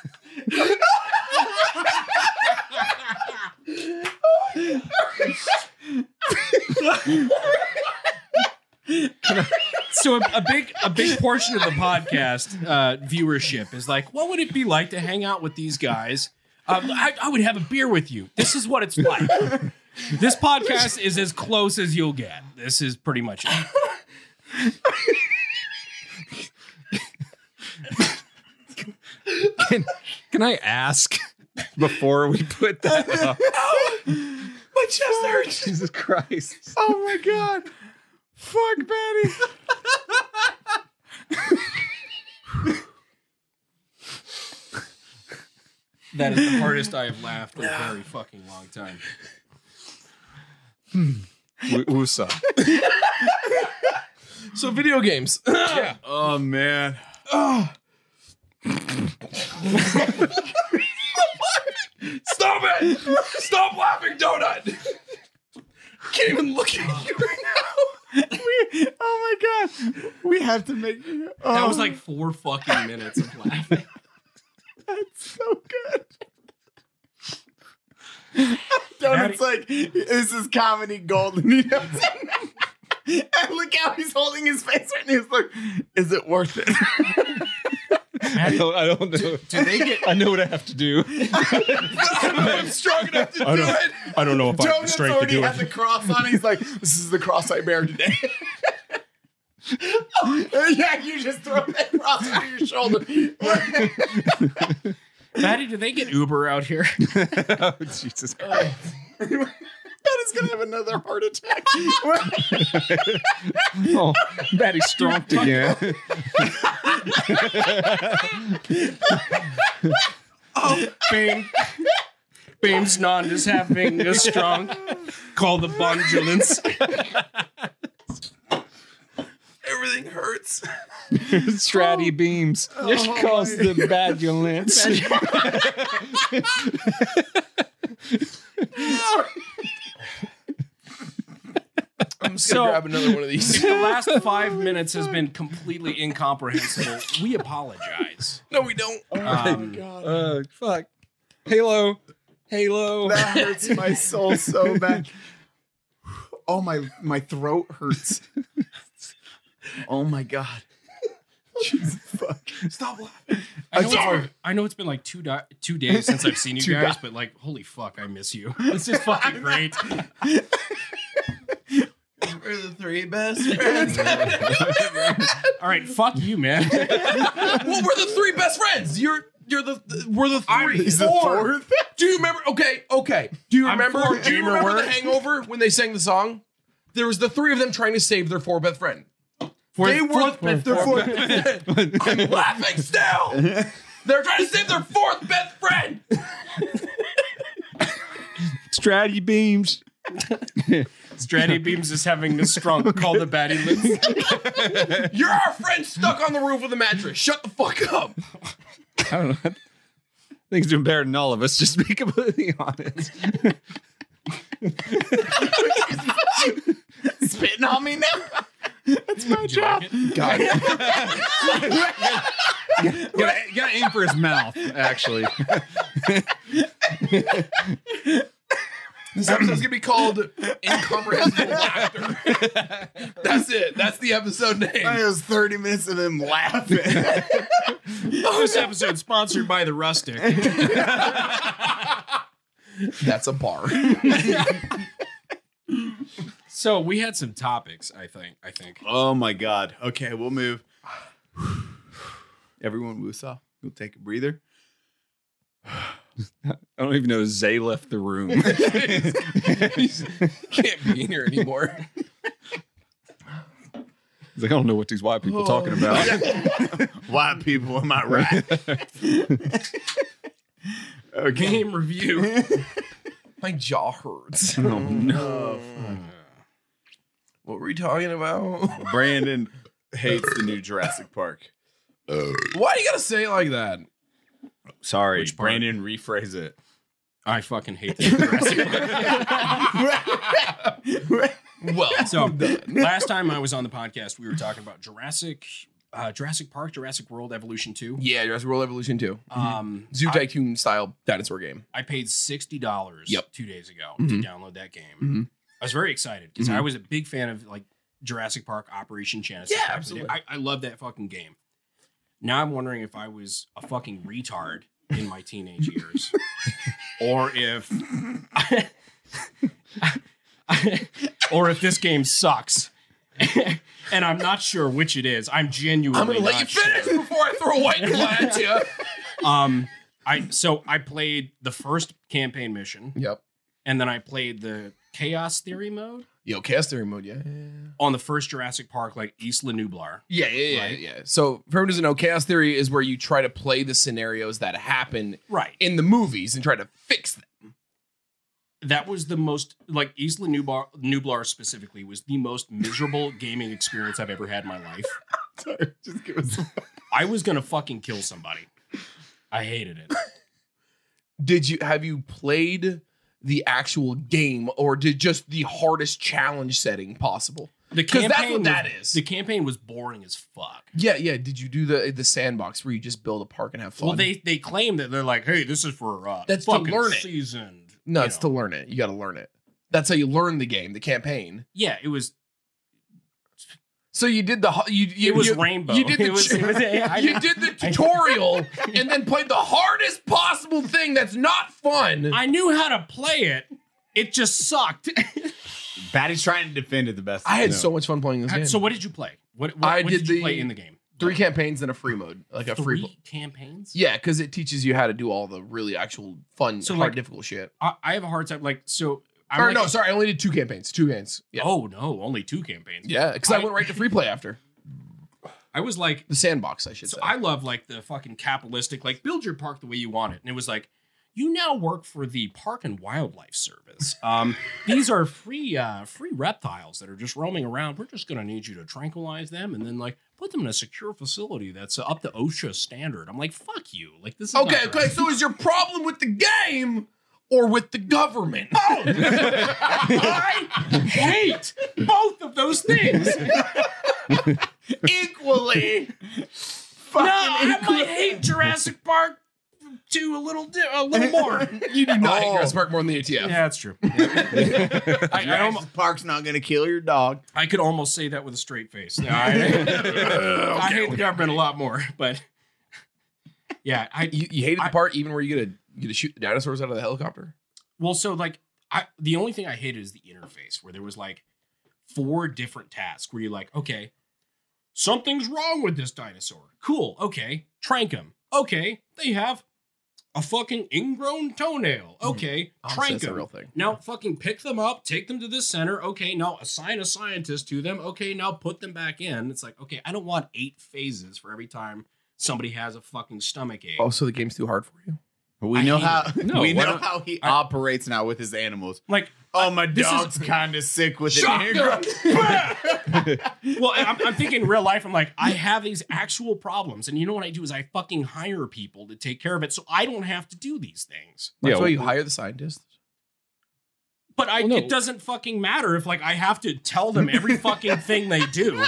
Speaker 4: So a, a big a big portion of the podcast uh, viewership is like, what would it be like to hang out with these guys? Um, I, I would have a beer with you. This is what it's like. This podcast is as close as you'll get. This is pretty much it.
Speaker 2: Can, can I ask before we put that up?
Speaker 3: My chest hurts.
Speaker 2: Jesus Christ.
Speaker 3: Oh my god. Fuck Betty.
Speaker 4: That is the hardest I have laughed in a very fucking long time.
Speaker 2: W- Wusa.
Speaker 1: So video games.
Speaker 3: Oh man.
Speaker 1: Stop it! Stop laughing, Donut! Can't even look at you right now.
Speaker 3: We, oh my god. We have to make oh,
Speaker 4: That was like four fucking minutes of laughing.
Speaker 3: that's so good. Donut's like, this is comedy gold, and he knows it. And look how he's holding his face right now. He's like, is it worth it?
Speaker 2: I don't, I don't know.
Speaker 4: Do they get
Speaker 2: I know what I have to do.
Speaker 1: I don't know if I'm strong enough to do it.
Speaker 2: I don't know if I have the
Speaker 3: Donut's
Speaker 2: strength to
Speaker 3: already
Speaker 2: do
Speaker 3: had
Speaker 2: it.
Speaker 3: the cross on. He's like, this is the cross I bear today. yeah, you just throw that cross over your shoulder.
Speaker 4: Maddie, do they get Uber out here?
Speaker 2: oh, Jesus Christ.
Speaker 3: that is gonna have another heart attack.
Speaker 2: Oh, Batty stomped again.
Speaker 4: Bame. Bame's non is having a strong call the bondulance.
Speaker 1: Everything hurts.
Speaker 2: Stratty beams. Just cause the badulence.
Speaker 1: I'm just
Speaker 4: So-
Speaker 1: gonna grab another one of these.
Speaker 4: The last five minutes has been completely incomprehensible. We apologize.
Speaker 1: No, we don't.
Speaker 3: Oh
Speaker 4: Um,
Speaker 2: Uh, fuck. Halo. Halo.
Speaker 3: that hurts my soul so bad. Oh my, my throat hurts. Oh my god. Jesus fuck.
Speaker 1: Stop laughing.
Speaker 4: I, know it's, I know it's been like two di- two days since I've seen you
Speaker 3: Two
Speaker 4: guys, but like, holy fuck, I miss you. This is fucking great.
Speaker 1: We're the three best friends.
Speaker 4: All right, fuck you, man.
Speaker 1: well, we're the three best friends. You're you're the, the- we're the 3
Speaker 3: He's the
Speaker 1: Four.
Speaker 3: fourth.
Speaker 1: Do you remember? Okay, okay. Do you
Speaker 4: I'm
Speaker 1: remember?
Speaker 4: for
Speaker 1: Do you
Speaker 4: gamer
Speaker 1: remember
Speaker 4: work.
Speaker 1: the Hangover when they sang the song? There was the three of them trying to save their four best friend. they were their fourth. I'm laughing still. They're trying to save their fourth best friend.
Speaker 2: Stratty beams.
Speaker 4: Stratty Beams is having a strong call the baddie list.
Speaker 1: You're our friend stuck on the roof with a mattress. Shut the fuck up.
Speaker 2: I don't know. I think he's doing better than all of us, just to be completely honest.
Speaker 3: Spitting on me now. That's my job.
Speaker 2: God. gotta, gotta aim for his mouth, actually.
Speaker 1: This episode's gonna be called Incomprehensible Laughter. That's it. That's the episode name.
Speaker 3: It was 30 minutes of them laughing.
Speaker 4: This episode sponsored by the Rustic.
Speaker 1: That's a bar.
Speaker 4: So we had some topics. I think. I think.
Speaker 3: oh my god. Okay, we'll move. Everyone woosaw. We'll take a breather.
Speaker 2: I don't even know Zay left the room.
Speaker 1: Can't be in here anymore.
Speaker 2: He's like, I don't know what these white people talking about.
Speaker 3: White people, am I right? okay.
Speaker 4: Game review.
Speaker 1: My jaw hurts.
Speaker 2: Oh, no.
Speaker 1: What were we talking about?
Speaker 3: Brandon hates the new Jurassic Park. Oh.
Speaker 1: Why you gotta say it like that?
Speaker 3: Sorry,
Speaker 4: Which part?
Speaker 3: Brandon, rephrase it.
Speaker 4: I fucking hate this. well, so last time I was on the podcast, we were talking about Jurassic, uh, Jurassic Park, Jurassic World Evolution Two.
Speaker 1: Yeah, Jurassic World Evolution 2.
Speaker 4: Um,
Speaker 1: Zoo
Speaker 4: I,
Speaker 1: Tycoon style dinosaur game.
Speaker 4: I paid sixty dollars
Speaker 1: Yep.
Speaker 4: two days ago
Speaker 1: Mhm.
Speaker 4: to download that game.
Speaker 1: Mhm.
Speaker 4: I was very excited because
Speaker 1: Mhm.
Speaker 4: I was a big fan of like Jurassic Park, Operation Genesis.
Speaker 1: Yeah,
Speaker 4: back in the
Speaker 1: absolutely.
Speaker 4: day. I, I love that fucking game. Now I'm wondering if I was a fucking retard in my teenage years, or if, or if this game sucks. and I'm not sure which it is. I'm genuinely.
Speaker 1: I'm gonna let you
Speaker 4: not sure
Speaker 1: finish before I throw a white claw at you.
Speaker 4: um i so i played the first campaign mission
Speaker 1: Yep.
Speaker 4: and then i played the chaos theory mode
Speaker 1: Yo, cast theory mode, yeah.
Speaker 4: on the first jurassic park like isla nublar
Speaker 1: Yeah, yeah, yeah,
Speaker 4: Right.
Speaker 1: yeah. So, for everyone who doesn't know, chaos theory is where you try to play the scenarios that happen
Speaker 4: right
Speaker 1: in the movies and try to fix them.
Speaker 4: that was the most like isla nublar nublar specifically was the most miserable gaming experience i've ever had in my life
Speaker 3: Just give us
Speaker 4: i was gonna fucking kill somebody i hated it
Speaker 1: Did you have you played the actual game or did just the hardest challenge setting possible?
Speaker 4: the
Speaker 1: 'Cause
Speaker 4: campaign
Speaker 1: that's what
Speaker 4: was,
Speaker 1: that is.
Speaker 4: the campaign was boring as fuck
Speaker 1: Yeah, yeah. Did you do the the sandbox where you just build a park and have fun?
Speaker 4: well they they claim that they're like hey this is for uh
Speaker 1: That's to
Speaker 4: fucking
Speaker 1: learn it.
Speaker 4: seasoned
Speaker 1: no,
Speaker 4: you
Speaker 1: it's
Speaker 4: know.
Speaker 1: to learn it. You got to learn it. That's how you learn the game, the campaign.
Speaker 4: yeah it was
Speaker 1: So you did the ho- you, you
Speaker 4: it was
Speaker 1: you,
Speaker 4: rainbow.
Speaker 1: You did the
Speaker 4: it was, it was- I-
Speaker 1: you did the tutorial and then played the hardest possible thing that's not fun.
Speaker 4: I knew how to play it. It just sucked.
Speaker 3: Batty's trying to defend it the best.
Speaker 1: I had
Speaker 3: No.
Speaker 1: so much fun playing this game.
Speaker 4: so what did you play? What, what,
Speaker 1: I
Speaker 4: what
Speaker 1: did
Speaker 4: did you
Speaker 1: the-
Speaker 4: play in the game?
Speaker 1: three campaigns and a free mode, like a free.
Speaker 4: Three
Speaker 1: Bo-
Speaker 4: campaigns.
Speaker 1: yeah, because it teaches you how to do all the really actual fun,
Speaker 4: So,
Speaker 1: hard,
Speaker 4: like-
Speaker 1: difficult shit.
Speaker 4: I, I have a hard time. Like so. I'm
Speaker 1: or
Speaker 4: like-
Speaker 1: no, sorry, I only did two campaigns. Two hands. Yeah,
Speaker 4: Oh no, only two campaigns.
Speaker 1: yeah, because I,
Speaker 4: I-
Speaker 1: went right to free play after
Speaker 4: I was like,
Speaker 1: the sandbox. I should
Speaker 4: so
Speaker 1: say.
Speaker 4: I love like the fucking capitalistic, like build your park the way you want it, and it was like. You now work for the Park and Wildlife Service. Um, these are free, uh, free reptiles that are just roaming around. We're just going to need you to tranquilize them and then like put them in a secure facility that's uh, up to OSHA standard. I'm like, fuck you. Like this is not
Speaker 1: Okay,
Speaker 4: right.
Speaker 1: okay. So is your problem with the game or with the government?
Speaker 4: I hate both of those things.
Speaker 1: Equally.
Speaker 4: no, I might hate Jurassic Park to a little di- a little more.
Speaker 1: You do not hate
Speaker 3: Oh.
Speaker 1: Jurassic Park more than the E ATF.
Speaker 4: that's true. I, I, almo-
Speaker 3: Jurassic Park's not gonna kill your dog.
Speaker 4: I could almost say that with a straight face. No, I, I hate the government a lot more, but yeah, I
Speaker 1: You, you hated
Speaker 4: I-
Speaker 1: the part even where you get to you get to shoot the dinosaurs out of the helicopter.
Speaker 4: well, so like I the only thing I hated is the interface where there was like four different tasks where you're like, okay, something's wrong with this dinosaur. Cool. Okay. Trank him. Okay. They have a fucking ingrown toenail. Okay.
Speaker 1: Mm-hmm. Honestly,
Speaker 4: Trank
Speaker 1: that's the
Speaker 4: 'em.
Speaker 1: real thing.
Speaker 4: Now fucking pick them up, take them to this center. Okay, now assign a scientist to them. Okay, now put them back in. It's like, okay, I don't want eight phases for every time somebody has a fucking stomach ache.
Speaker 1: Oh, so the game's too hard for you.
Speaker 3: We
Speaker 4: I
Speaker 3: know
Speaker 4: hate
Speaker 3: how
Speaker 2: No,
Speaker 3: we
Speaker 2: why
Speaker 3: know
Speaker 2: not-
Speaker 3: how he
Speaker 4: I-
Speaker 3: operates now with his animals.
Speaker 4: Like,
Speaker 3: Oh, my
Speaker 4: this is-
Speaker 3: dog's kind of sick with an
Speaker 1: Shotgun!
Speaker 3: ingrown.
Speaker 4: well, and I'm, I'm thinking real life. I'm like, I have these actual problems, and you know what I do is I fucking hire people to take care of it, so I don't have to do these things.
Speaker 1: That's
Speaker 2: Yeah,
Speaker 1: why you
Speaker 2: well-
Speaker 1: hire the scientist.
Speaker 4: But I,
Speaker 2: Well, no.
Speaker 4: it doesn't fucking matter if like I have to tell them every fucking thing they do.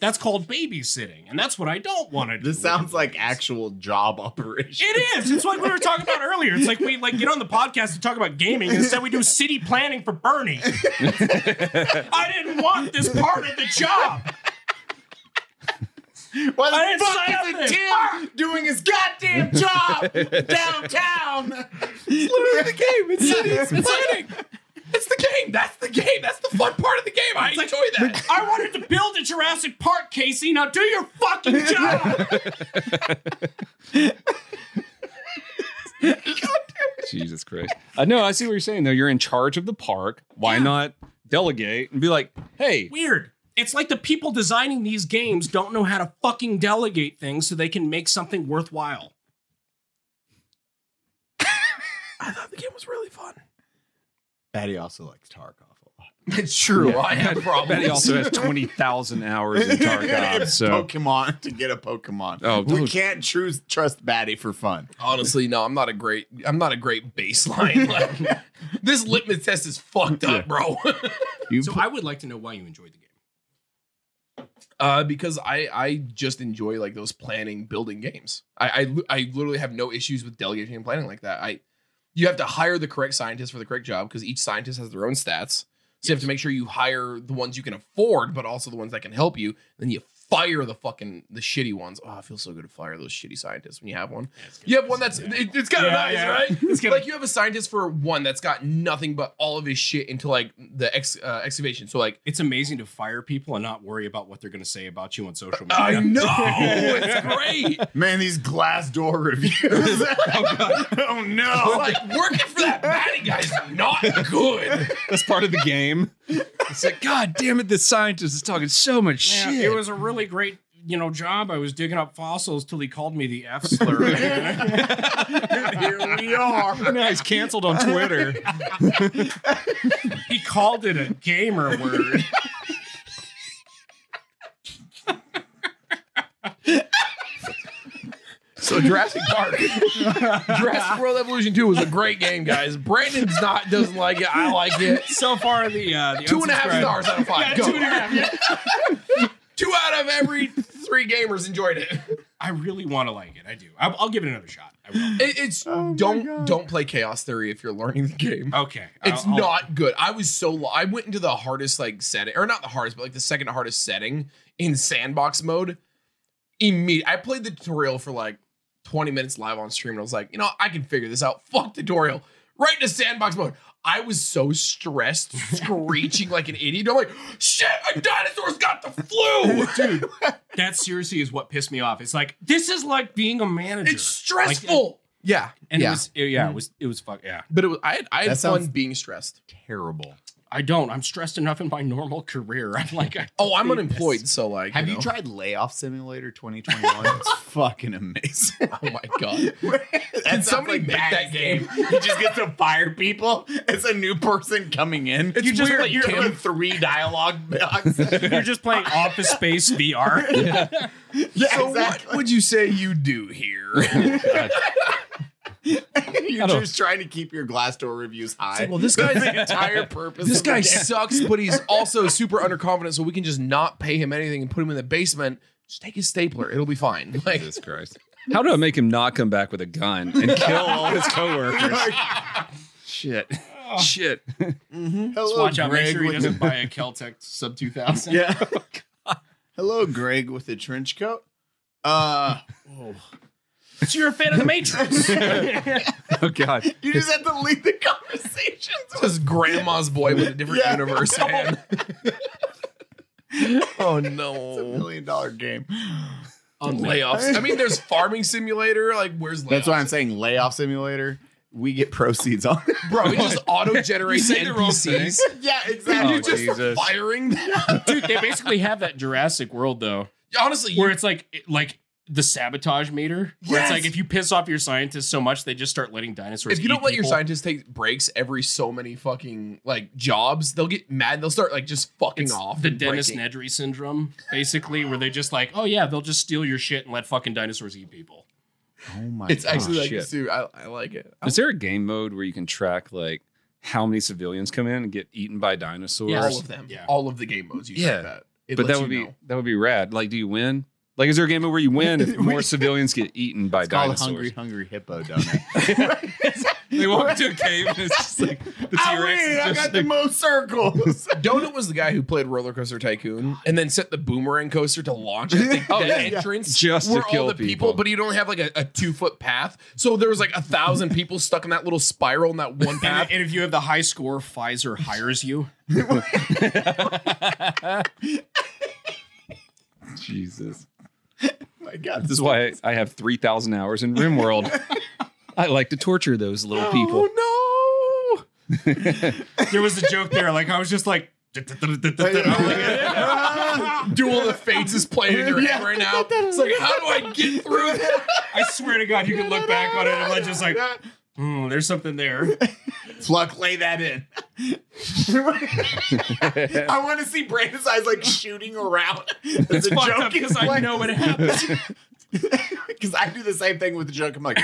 Speaker 4: That's called babysitting, and that's what I don't want to do.
Speaker 3: This
Speaker 4: with
Speaker 3: sounds like
Speaker 4: employees.
Speaker 3: actual job operation.
Speaker 4: It is. It's like we were talking about earlier. It's like we like get on the podcast and talk about gaming and instead we do city planning for Bernie. I didn't want this part of the job.
Speaker 3: Why
Speaker 4: I didn't
Speaker 3: the fuck
Speaker 4: sign up
Speaker 3: is
Speaker 4: for
Speaker 3: a Tim doing his goddamn job downtown?
Speaker 1: Literally the game. It's it's planning. It's the game. That's the game. That's the fun part of the game. I
Speaker 4: It's like-
Speaker 1: enjoy that.
Speaker 4: I wanted to build a Jurassic Park, Casey. Now do your fucking job.
Speaker 2: Jesus Christ. Uh, no, I see what you're saying though. You're in charge of the park. Why
Speaker 4: Yeah.
Speaker 2: not delegate and be like, hey,
Speaker 4: Weird. It's like the people designing these games don't know how to fucking delegate things so they can make something worthwhile.
Speaker 1: I thought the game was really fun.
Speaker 3: Batty also likes Tarkov a lot. True.
Speaker 2: Yeah.
Speaker 3: I have problems.
Speaker 2: Betty also has 20,000 hours in Tarkov. So
Speaker 3: Pokemon to get a Pokemon.
Speaker 2: Oh,
Speaker 3: we
Speaker 2: those-
Speaker 3: can't choose trust Batty for fun.
Speaker 1: Honestly, no, I'm not a great I'm not a great baseline. Like, this litmus test is fucked up, bro.
Speaker 3: You
Speaker 4: So
Speaker 3: put-
Speaker 4: I would like to know why you enjoyed the game.
Speaker 1: uh, because I I just enjoy like those planning building games. I, I li- I literally have no issues with delegation and planning like that. I you have to hire the correct scientist for the correct job because each scientist has their own stats. So you have to make sure you hire the ones you can afford, but also the ones that can help you. Then you fire the fucking the shitty ones. Oh, I feel so good to fire those shitty scientists when you have one. You have one that's it, it's kind of
Speaker 4: Yeah,
Speaker 1: nice,
Speaker 4: yeah.
Speaker 1: right?
Speaker 4: It's kinda-
Speaker 1: like you have a scientist for one that's got nothing but all of his shit into like the ex uh, excavation. So like
Speaker 4: It's amazing to fire people and not worry about what they're going to say about you on social media.
Speaker 1: I know it's great.
Speaker 3: man, these glass door reviews. oh, no.
Speaker 1: Like working for that batty guy is not good.
Speaker 2: that's part of the game. It's like, God damn it, this scientist is talking so much
Speaker 4: Yeah,
Speaker 2: shit.
Speaker 4: It was a really great, you know, job. I was digging up fossils till he called me the F slur.
Speaker 3: Here we are.
Speaker 2: now he's canceled on Twitter.
Speaker 4: he called it a gamer word.
Speaker 1: So Jurassic Park, Jurassic World Evolution Two was a great game, guys. Brandon's not doesn't like it. I like it.
Speaker 4: So far, the uh, the
Speaker 1: Two and a half
Speaker 4: unsubscribe-
Speaker 1: stars out of five.
Speaker 4: Yeah,
Speaker 1: Go.
Speaker 4: two and a half. yeah.
Speaker 1: Two out of every three gamers enjoyed it.
Speaker 4: I really want to like it. I do. I'll, I'll give it another shot. I will.
Speaker 1: It- it's
Speaker 3: Oh my
Speaker 1: don't
Speaker 3: God.
Speaker 1: don't play Chaos Theory if you're learning the game.
Speaker 4: Okay.
Speaker 1: It's
Speaker 4: I'll- I'll-
Speaker 1: not good. I was so lo- I went into the hardest like setting, or not the hardest, but like the second hardest setting in sandbox mode. Immediate. I played the tutorial for like 20 minutes live on stream, and I was like, you know, I can figure this out. Fuck tutorial. Right into sandbox mode. I was so stressed, screeching like an idiot. I'm like, shit, a dinosaur's got the flu.
Speaker 4: Dude, that seriously is what pissed me off. It's like this is like being a manager.
Speaker 1: It's stressful. yeah,
Speaker 4: and
Speaker 1: yeah. Mm-hmm.
Speaker 4: it was it- yeah, it was it was fuck yeah.
Speaker 1: but it was, I had, I had fun
Speaker 3: That sounds-
Speaker 1: being stressed.
Speaker 3: Terrible.
Speaker 4: I don't. I'm stressed enough in my normal career. I'm like, I
Speaker 1: Oh, I'm unemployed, so like,
Speaker 3: Have you
Speaker 1: know.
Speaker 3: tried Layoff Simulator 2021? it's fucking amazing.
Speaker 1: Oh my god.
Speaker 3: Can
Speaker 1: somebody make that game?
Speaker 3: You just get to fire people. It's a new person coming in. It's
Speaker 1: just weird,
Speaker 3: You're
Speaker 1: Tim.
Speaker 3: in three dialogue boxes.
Speaker 4: you're just playing
Speaker 1: Oh,
Speaker 4: Office Space VR.
Speaker 3: yeah,
Speaker 1: so what
Speaker 3: exactly.
Speaker 1: would you say you do here?
Speaker 3: You're
Speaker 2: I don't-
Speaker 3: just trying to keep your Glassdoor reviews high.
Speaker 1: well, this
Speaker 3: That's
Speaker 1: guy's-
Speaker 3: the entire purpose.
Speaker 1: this
Speaker 3: of the
Speaker 1: guy
Speaker 3: game.
Speaker 1: sucks, but he's also super underconfident, so we can just not pay him anything and put him in the basement. Just take his stapler; it'll be fine. Like,
Speaker 2: Jesus Christ. How do I make him not come back with a gun and kill all his coworkers? Shit. Shit.
Speaker 3: Hello,
Speaker 4: Watch out.
Speaker 3: Greg.
Speaker 4: Make sure he
Speaker 3: with-
Speaker 4: doesn't buy a Caltech sub 2000.
Speaker 3: yeah. Hello, Greg, with a trench coat. Uh,
Speaker 4: So you're a fan of the Matrix.
Speaker 2: Oh, God.
Speaker 3: you just have to lead the conversations.
Speaker 1: this grandma's boy with a different
Speaker 3: Yeah.
Speaker 1: universe. Man. oh no!
Speaker 3: Million dollar game.
Speaker 1: On layoffs. I mean, there's farming simulator. Like, where's layoffs?
Speaker 3: That's why I'm saying layoff simulator. We get proceeds on.
Speaker 1: bro. It just auto generates
Speaker 2: You say the wrong thing.
Speaker 1: NPCs.
Speaker 3: yeah,
Speaker 2: Oh,
Speaker 1: You're just
Speaker 2: Jesus.
Speaker 1: firing. them.
Speaker 4: Dude, they basically have that Jurassic World though,
Speaker 1: Honestly, you
Speaker 4: where it's like it- like the sabotage meter. Where
Speaker 3: Yes!
Speaker 4: it's like if you piss off your scientists so much, they just start letting dinosaurs.
Speaker 1: if you
Speaker 4: eat
Speaker 1: don't let your
Speaker 4: people.
Speaker 1: scientists take breaks every so many fucking like jobs, they'll get mad. Theyll start like just fucking
Speaker 4: it's
Speaker 1: off.
Speaker 4: the
Speaker 1: and
Speaker 4: Dennis
Speaker 1: breaking.
Speaker 4: Nedry syndrome, basically, where they just like, oh yeah, they'll just steal your shit and let fucking dinosaurs eat people.
Speaker 3: Oh my
Speaker 1: It's actually
Speaker 2: Oh,
Speaker 1: like
Speaker 2: shit.
Speaker 1: this too. I, I like it.
Speaker 2: Is there a game mode where you can track, like, how many civilians come in and get eaten by dinosaurs?
Speaker 4: Yeah,
Speaker 1: all of them.
Speaker 4: Yeah.
Speaker 1: All of the game modes. You
Speaker 2: Yeah.
Speaker 1: yeah. That. It
Speaker 2: but
Speaker 1: lets
Speaker 2: that would
Speaker 1: you
Speaker 2: be
Speaker 1: know.
Speaker 2: that would be rad. Like, do you win? Like, is there a game where you win if more civilians get eaten by
Speaker 3: it's called
Speaker 2: dinosaurs?
Speaker 3: Hungry Hungry Hippo Donut.
Speaker 2: They walk into a cave and it's just like the
Speaker 3: I
Speaker 2: T Rex
Speaker 3: win!
Speaker 2: is
Speaker 3: I
Speaker 2: just
Speaker 3: got
Speaker 2: like,
Speaker 3: the most circles.
Speaker 1: Donut was the guy who played Roller Coaster Tycoon and then set the boomerang coaster to launch at the,
Speaker 2: Oh,
Speaker 1: the
Speaker 2: yeah, yeah.
Speaker 1: entrance
Speaker 2: Just to
Speaker 1: where
Speaker 2: kill
Speaker 1: all the
Speaker 2: people.
Speaker 1: but he'd only have like a, a two foot path. So there was like a thousand people stuck in that little spiral in that one
Speaker 4: And,
Speaker 1: path.
Speaker 4: and if you have the high score, Pfizer hires you.
Speaker 2: Jesus.
Speaker 3: my God,
Speaker 2: This is why I, I have three thousand hours in RimWorld. I like to torture those little people.
Speaker 3: Oh no!
Speaker 4: There was a joke there, like I was just like,
Speaker 3: Ah,
Speaker 1: Duel of Fates is playing in your head
Speaker 3: Yeah.
Speaker 1: right now. It's like, how do I get through that?
Speaker 4: I swear to God, you can look back on it and I'm just like,
Speaker 3: that-
Speaker 4: hmm, there's something there.
Speaker 3: Fluck, lay that in. I want to see Brandon's eyes like shooting around. It's a joke
Speaker 4: because I know what happened.
Speaker 3: Because I do the same thing with the joke. I'm like,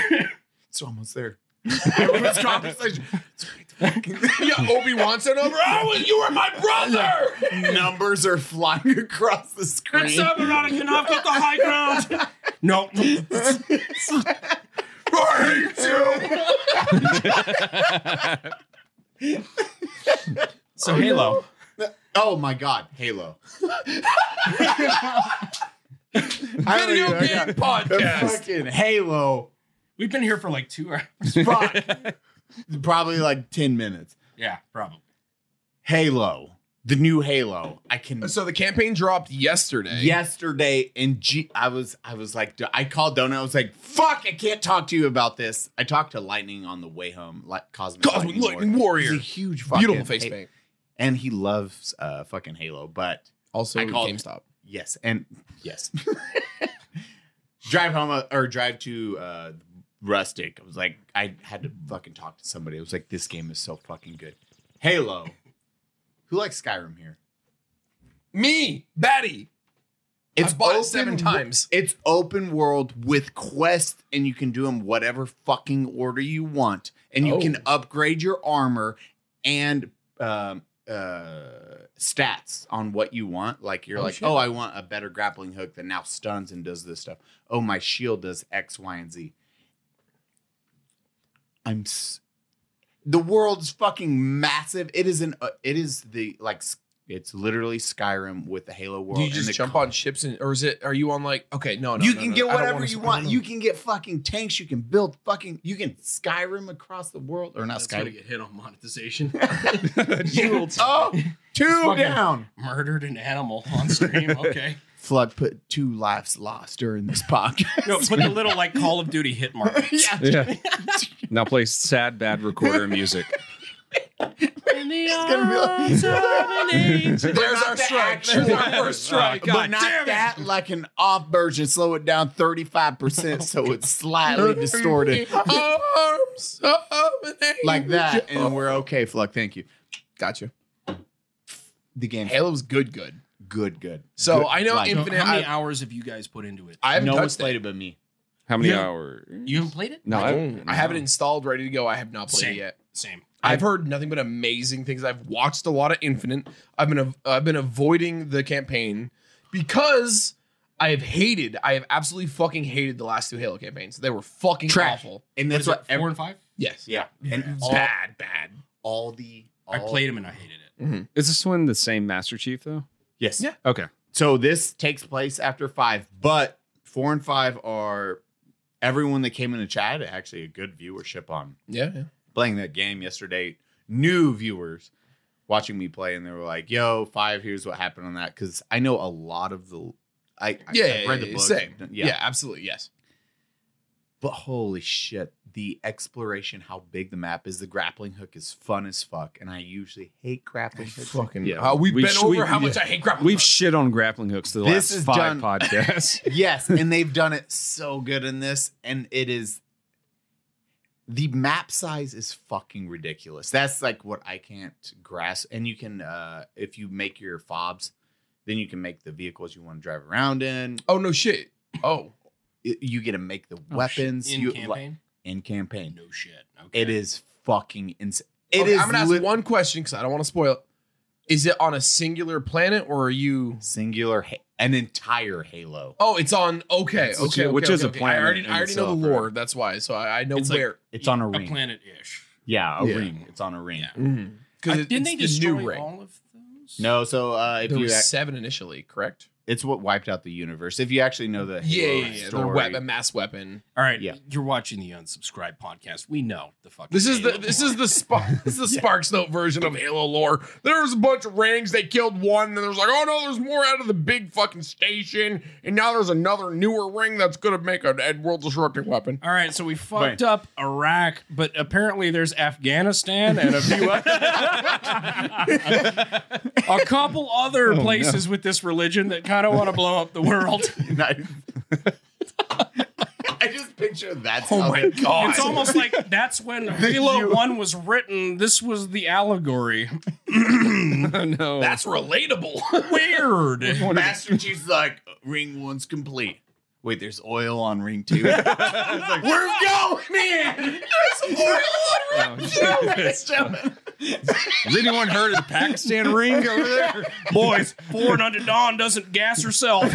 Speaker 3: it's almost there. Everyone's conversation.
Speaker 1: yeah, Obi Wan's it over. Oh, well, you were my brother.
Speaker 3: Numbers are flying across the screen.
Speaker 4: Submaronic cannot get the high ground. No. So Halo.
Speaker 3: Oh my god, Halo. Video
Speaker 4: game podcast.
Speaker 3: Fucking Halo.
Speaker 4: We've been here for like two hours.
Speaker 3: Fuck. Probably like 10 minutes.
Speaker 4: Yeah, probably.
Speaker 3: Halo. The new Halo. I can
Speaker 1: So the campaign dropped yesterday.
Speaker 3: yesterday and G- I was I was like I called Donna. I was like, "Fuck, I can't talk to you about this." I talked to Lightning on the way home, like Cosmic,
Speaker 1: Cosmic Lightning Warrior.
Speaker 3: He's a huge fucking
Speaker 1: Beautiful face paint.
Speaker 3: and he loves uh fucking Halo, but
Speaker 1: Also,
Speaker 3: I called-
Speaker 1: GameStop.
Speaker 3: yes, and yes. drive home uh, or drive to uh Rustic. I was like I had to fucking talk to somebody. I was like this game is so fucking good. Halo. Who likes Skyrim here?
Speaker 1: Me, Batty. It's bought it seven
Speaker 3: open-
Speaker 1: times.
Speaker 3: It's open world with quests, and you can do them whatever fucking order you want, and you
Speaker 1: Oh.
Speaker 3: can upgrade your armor and um, uh, stats on what you want. Like you're
Speaker 1: Oh,
Speaker 3: like,
Speaker 1: shit.
Speaker 3: oh, I want a better grappling hook that now stuns and does this stuff. Oh, my shield does X, Y, and Z. I'm. S- the world's fucking massive. It is an. Uh, it is the like. s- It's literally Skyrim with the Halo world.
Speaker 1: Do you
Speaker 3: and
Speaker 1: just
Speaker 3: the
Speaker 1: jump
Speaker 3: co-
Speaker 1: on ships and, or is it? Are you on like? Okay, no, no.
Speaker 3: you
Speaker 1: no,
Speaker 3: can
Speaker 1: no,
Speaker 3: get
Speaker 1: I don't
Speaker 3: whatever
Speaker 1: wanna-
Speaker 3: you
Speaker 1: I don't
Speaker 3: want.
Speaker 1: know.
Speaker 3: You can get fucking tanks. You can build fucking. You can Skyrim across the world, or not
Speaker 4: That's gonna
Speaker 3: Skyrim.
Speaker 4: get hit on monetization.
Speaker 3: Oh, two
Speaker 4: Fucking-
Speaker 3: down.
Speaker 4: Murdered an animal on stream. Okay.
Speaker 3: Flood put two lives lost during this podcast.
Speaker 4: No, put the little like Call of Duty hit mark.
Speaker 3: yeah.
Speaker 2: Yeah. now play sad bad recorder music.
Speaker 4: In the
Speaker 3: gonna be
Speaker 4: arms of an angel.
Speaker 1: There's
Speaker 3: Not
Speaker 1: our
Speaker 3: the
Speaker 1: strike.
Speaker 3: actual-
Speaker 1: There's our first strike.
Speaker 3: but not that like an off version. Slow it down thirty five percent, so it's slightly distorted,
Speaker 1: Arms of an
Speaker 3: like that, and we're okay. Fluck, thank you.
Speaker 1: Gotcha.
Speaker 3: The game,
Speaker 1: Halo's good, good.
Speaker 3: good, good.
Speaker 1: So
Speaker 3: Good,
Speaker 1: I know
Speaker 3: like-
Speaker 1: Infinite.
Speaker 4: How many
Speaker 1: I,
Speaker 4: hours have you guys put into it?
Speaker 1: I haven't
Speaker 3: no one's
Speaker 1: touched it.
Speaker 3: played it but me.
Speaker 2: How many
Speaker 4: Yeah.
Speaker 2: hours?
Speaker 4: You haven't played it?
Speaker 2: No,
Speaker 1: I,
Speaker 2: I,
Speaker 1: don't- I have it installed, ready to go. I have not played
Speaker 4: Same.
Speaker 1: it yet.
Speaker 4: Same.
Speaker 1: I've heard nothing but amazing things. I've watched a lot of Infinite. I've been av- I've been avoiding the campaign because I have hated. I have absolutely fucking hated the last two Halo campaigns. They were fucking
Speaker 3: Trash.
Speaker 1: awful.
Speaker 3: And
Speaker 4: What
Speaker 3: that's
Speaker 4: is it,
Speaker 3: what.
Speaker 4: four
Speaker 3: every-
Speaker 4: and five?
Speaker 1: Yes.
Speaker 3: Yeah, and all,
Speaker 1: Bad, bad.
Speaker 3: all the.
Speaker 4: I
Speaker 3: all-
Speaker 4: played them and I hated it.
Speaker 2: is this one the same Master Chief though?
Speaker 3: Yes.
Speaker 1: Yeah.
Speaker 2: Okay.
Speaker 3: So this takes place after five, but four and five are everyone that came in the chat actually a good viewership on
Speaker 1: Yeah. yeah.
Speaker 3: playing that game yesterday. New viewers watching me play, and they were like, "Yo, five. Here's what happened on that." Because I know a lot of the. I, I
Speaker 1: Yeah,
Speaker 3: I've
Speaker 1: yeah,
Speaker 3: read
Speaker 1: yeah,
Speaker 3: the
Speaker 1: yeah,
Speaker 3: book.
Speaker 1: same.
Speaker 3: Yeah.
Speaker 1: Yeah. absolutely. Yes.
Speaker 3: but holy shit, the exploration, how big the map is, the grappling hook is fun as fuck, and I usually hate grappling hooks.
Speaker 1: Fucking.
Speaker 2: Yeah.
Speaker 1: Uh, we've
Speaker 2: We
Speaker 1: been
Speaker 2: sh-
Speaker 1: over
Speaker 2: we-
Speaker 1: how much I hate grappling.
Speaker 2: We've
Speaker 1: hooks.
Speaker 2: shit on grappling hooks the last
Speaker 3: This is
Speaker 2: five
Speaker 3: done.
Speaker 2: podcasts.
Speaker 3: yes, and they've done it so good in this, and it is the map size is fucking ridiculous. That's like what I can't grasp. And you can, uh, if you make your fobs, then you can make the vehicles you want to drive around in.
Speaker 1: oh no shit. Oh.
Speaker 3: Y- You get to make the weapons
Speaker 4: In
Speaker 3: you like-
Speaker 4: campaign?
Speaker 3: in campaign.
Speaker 4: no shit. Okay.
Speaker 3: It is fucking insane. It
Speaker 1: It
Speaker 3: is
Speaker 1: I'm gonna ask
Speaker 3: lit-
Speaker 1: one question because I don't want to spoil. it. Is it on a singular planet or are you?
Speaker 3: singular, ha- an entire Halo.
Speaker 1: Oh, it's on. Okay,
Speaker 2: Which-
Speaker 1: okay,
Speaker 2: which
Speaker 1: okay,
Speaker 2: is a
Speaker 1: okay, okay.
Speaker 2: planet
Speaker 1: I already,
Speaker 2: in
Speaker 1: I already know the
Speaker 2: itself,
Speaker 1: lore. That's why. So I, I know
Speaker 4: It's like-
Speaker 1: where.
Speaker 3: It's on a
Speaker 4: A
Speaker 3: ring.
Speaker 4: planet ish.
Speaker 3: Yeah, a
Speaker 1: Yeah.
Speaker 3: ring. It's on a ring.
Speaker 4: Yeah.
Speaker 1: because
Speaker 4: Didn't they
Speaker 1: it's the
Speaker 4: destroy
Speaker 1: new ring.
Speaker 4: all of those?
Speaker 3: No, so uh, if
Speaker 1: there
Speaker 3: you
Speaker 1: was
Speaker 3: ac-
Speaker 1: seven initially, correct?
Speaker 3: it's what wiped out the universe. If you actually know the
Speaker 1: Yeah,
Speaker 3: Halo
Speaker 1: yeah, yeah. Their
Speaker 3: story,
Speaker 1: weapon, mass weapon.
Speaker 4: All right.
Speaker 3: Yeah.
Speaker 4: You're watching the unsubscribe podcast. We know the fucking.
Speaker 1: This is the
Speaker 4: Halo
Speaker 1: this
Speaker 4: lore.
Speaker 1: is the spark this is the Sparks Note version of Halo lore. There was a bunch of rings. They killed one, and there's like, oh no, there's more out of the big fucking station, and now there's another newer ring that's gonna make an Ed world destructing weapon.
Speaker 4: All right, so we fucked up Iraq, but apparently there's Afghanistan and a few other, a couple other places with this religion that kind of want to blow up the world.
Speaker 3: I just picture sure that's.
Speaker 4: Oh
Speaker 3: how
Speaker 4: my
Speaker 3: they-
Speaker 4: god! It's almost like that's when Halo One was written. This was the allegory.
Speaker 2: no.
Speaker 4: That's relatable. Weird.
Speaker 3: Master Chief's like ring one's complete. Wait, there's oil on ring two. It's like, We're going in. There's oil on ring two. Let's jump in.
Speaker 2: Has anyone heard of the Pakistan ring over there?
Speaker 4: Boys, pouring under dawn doesn't gas herself.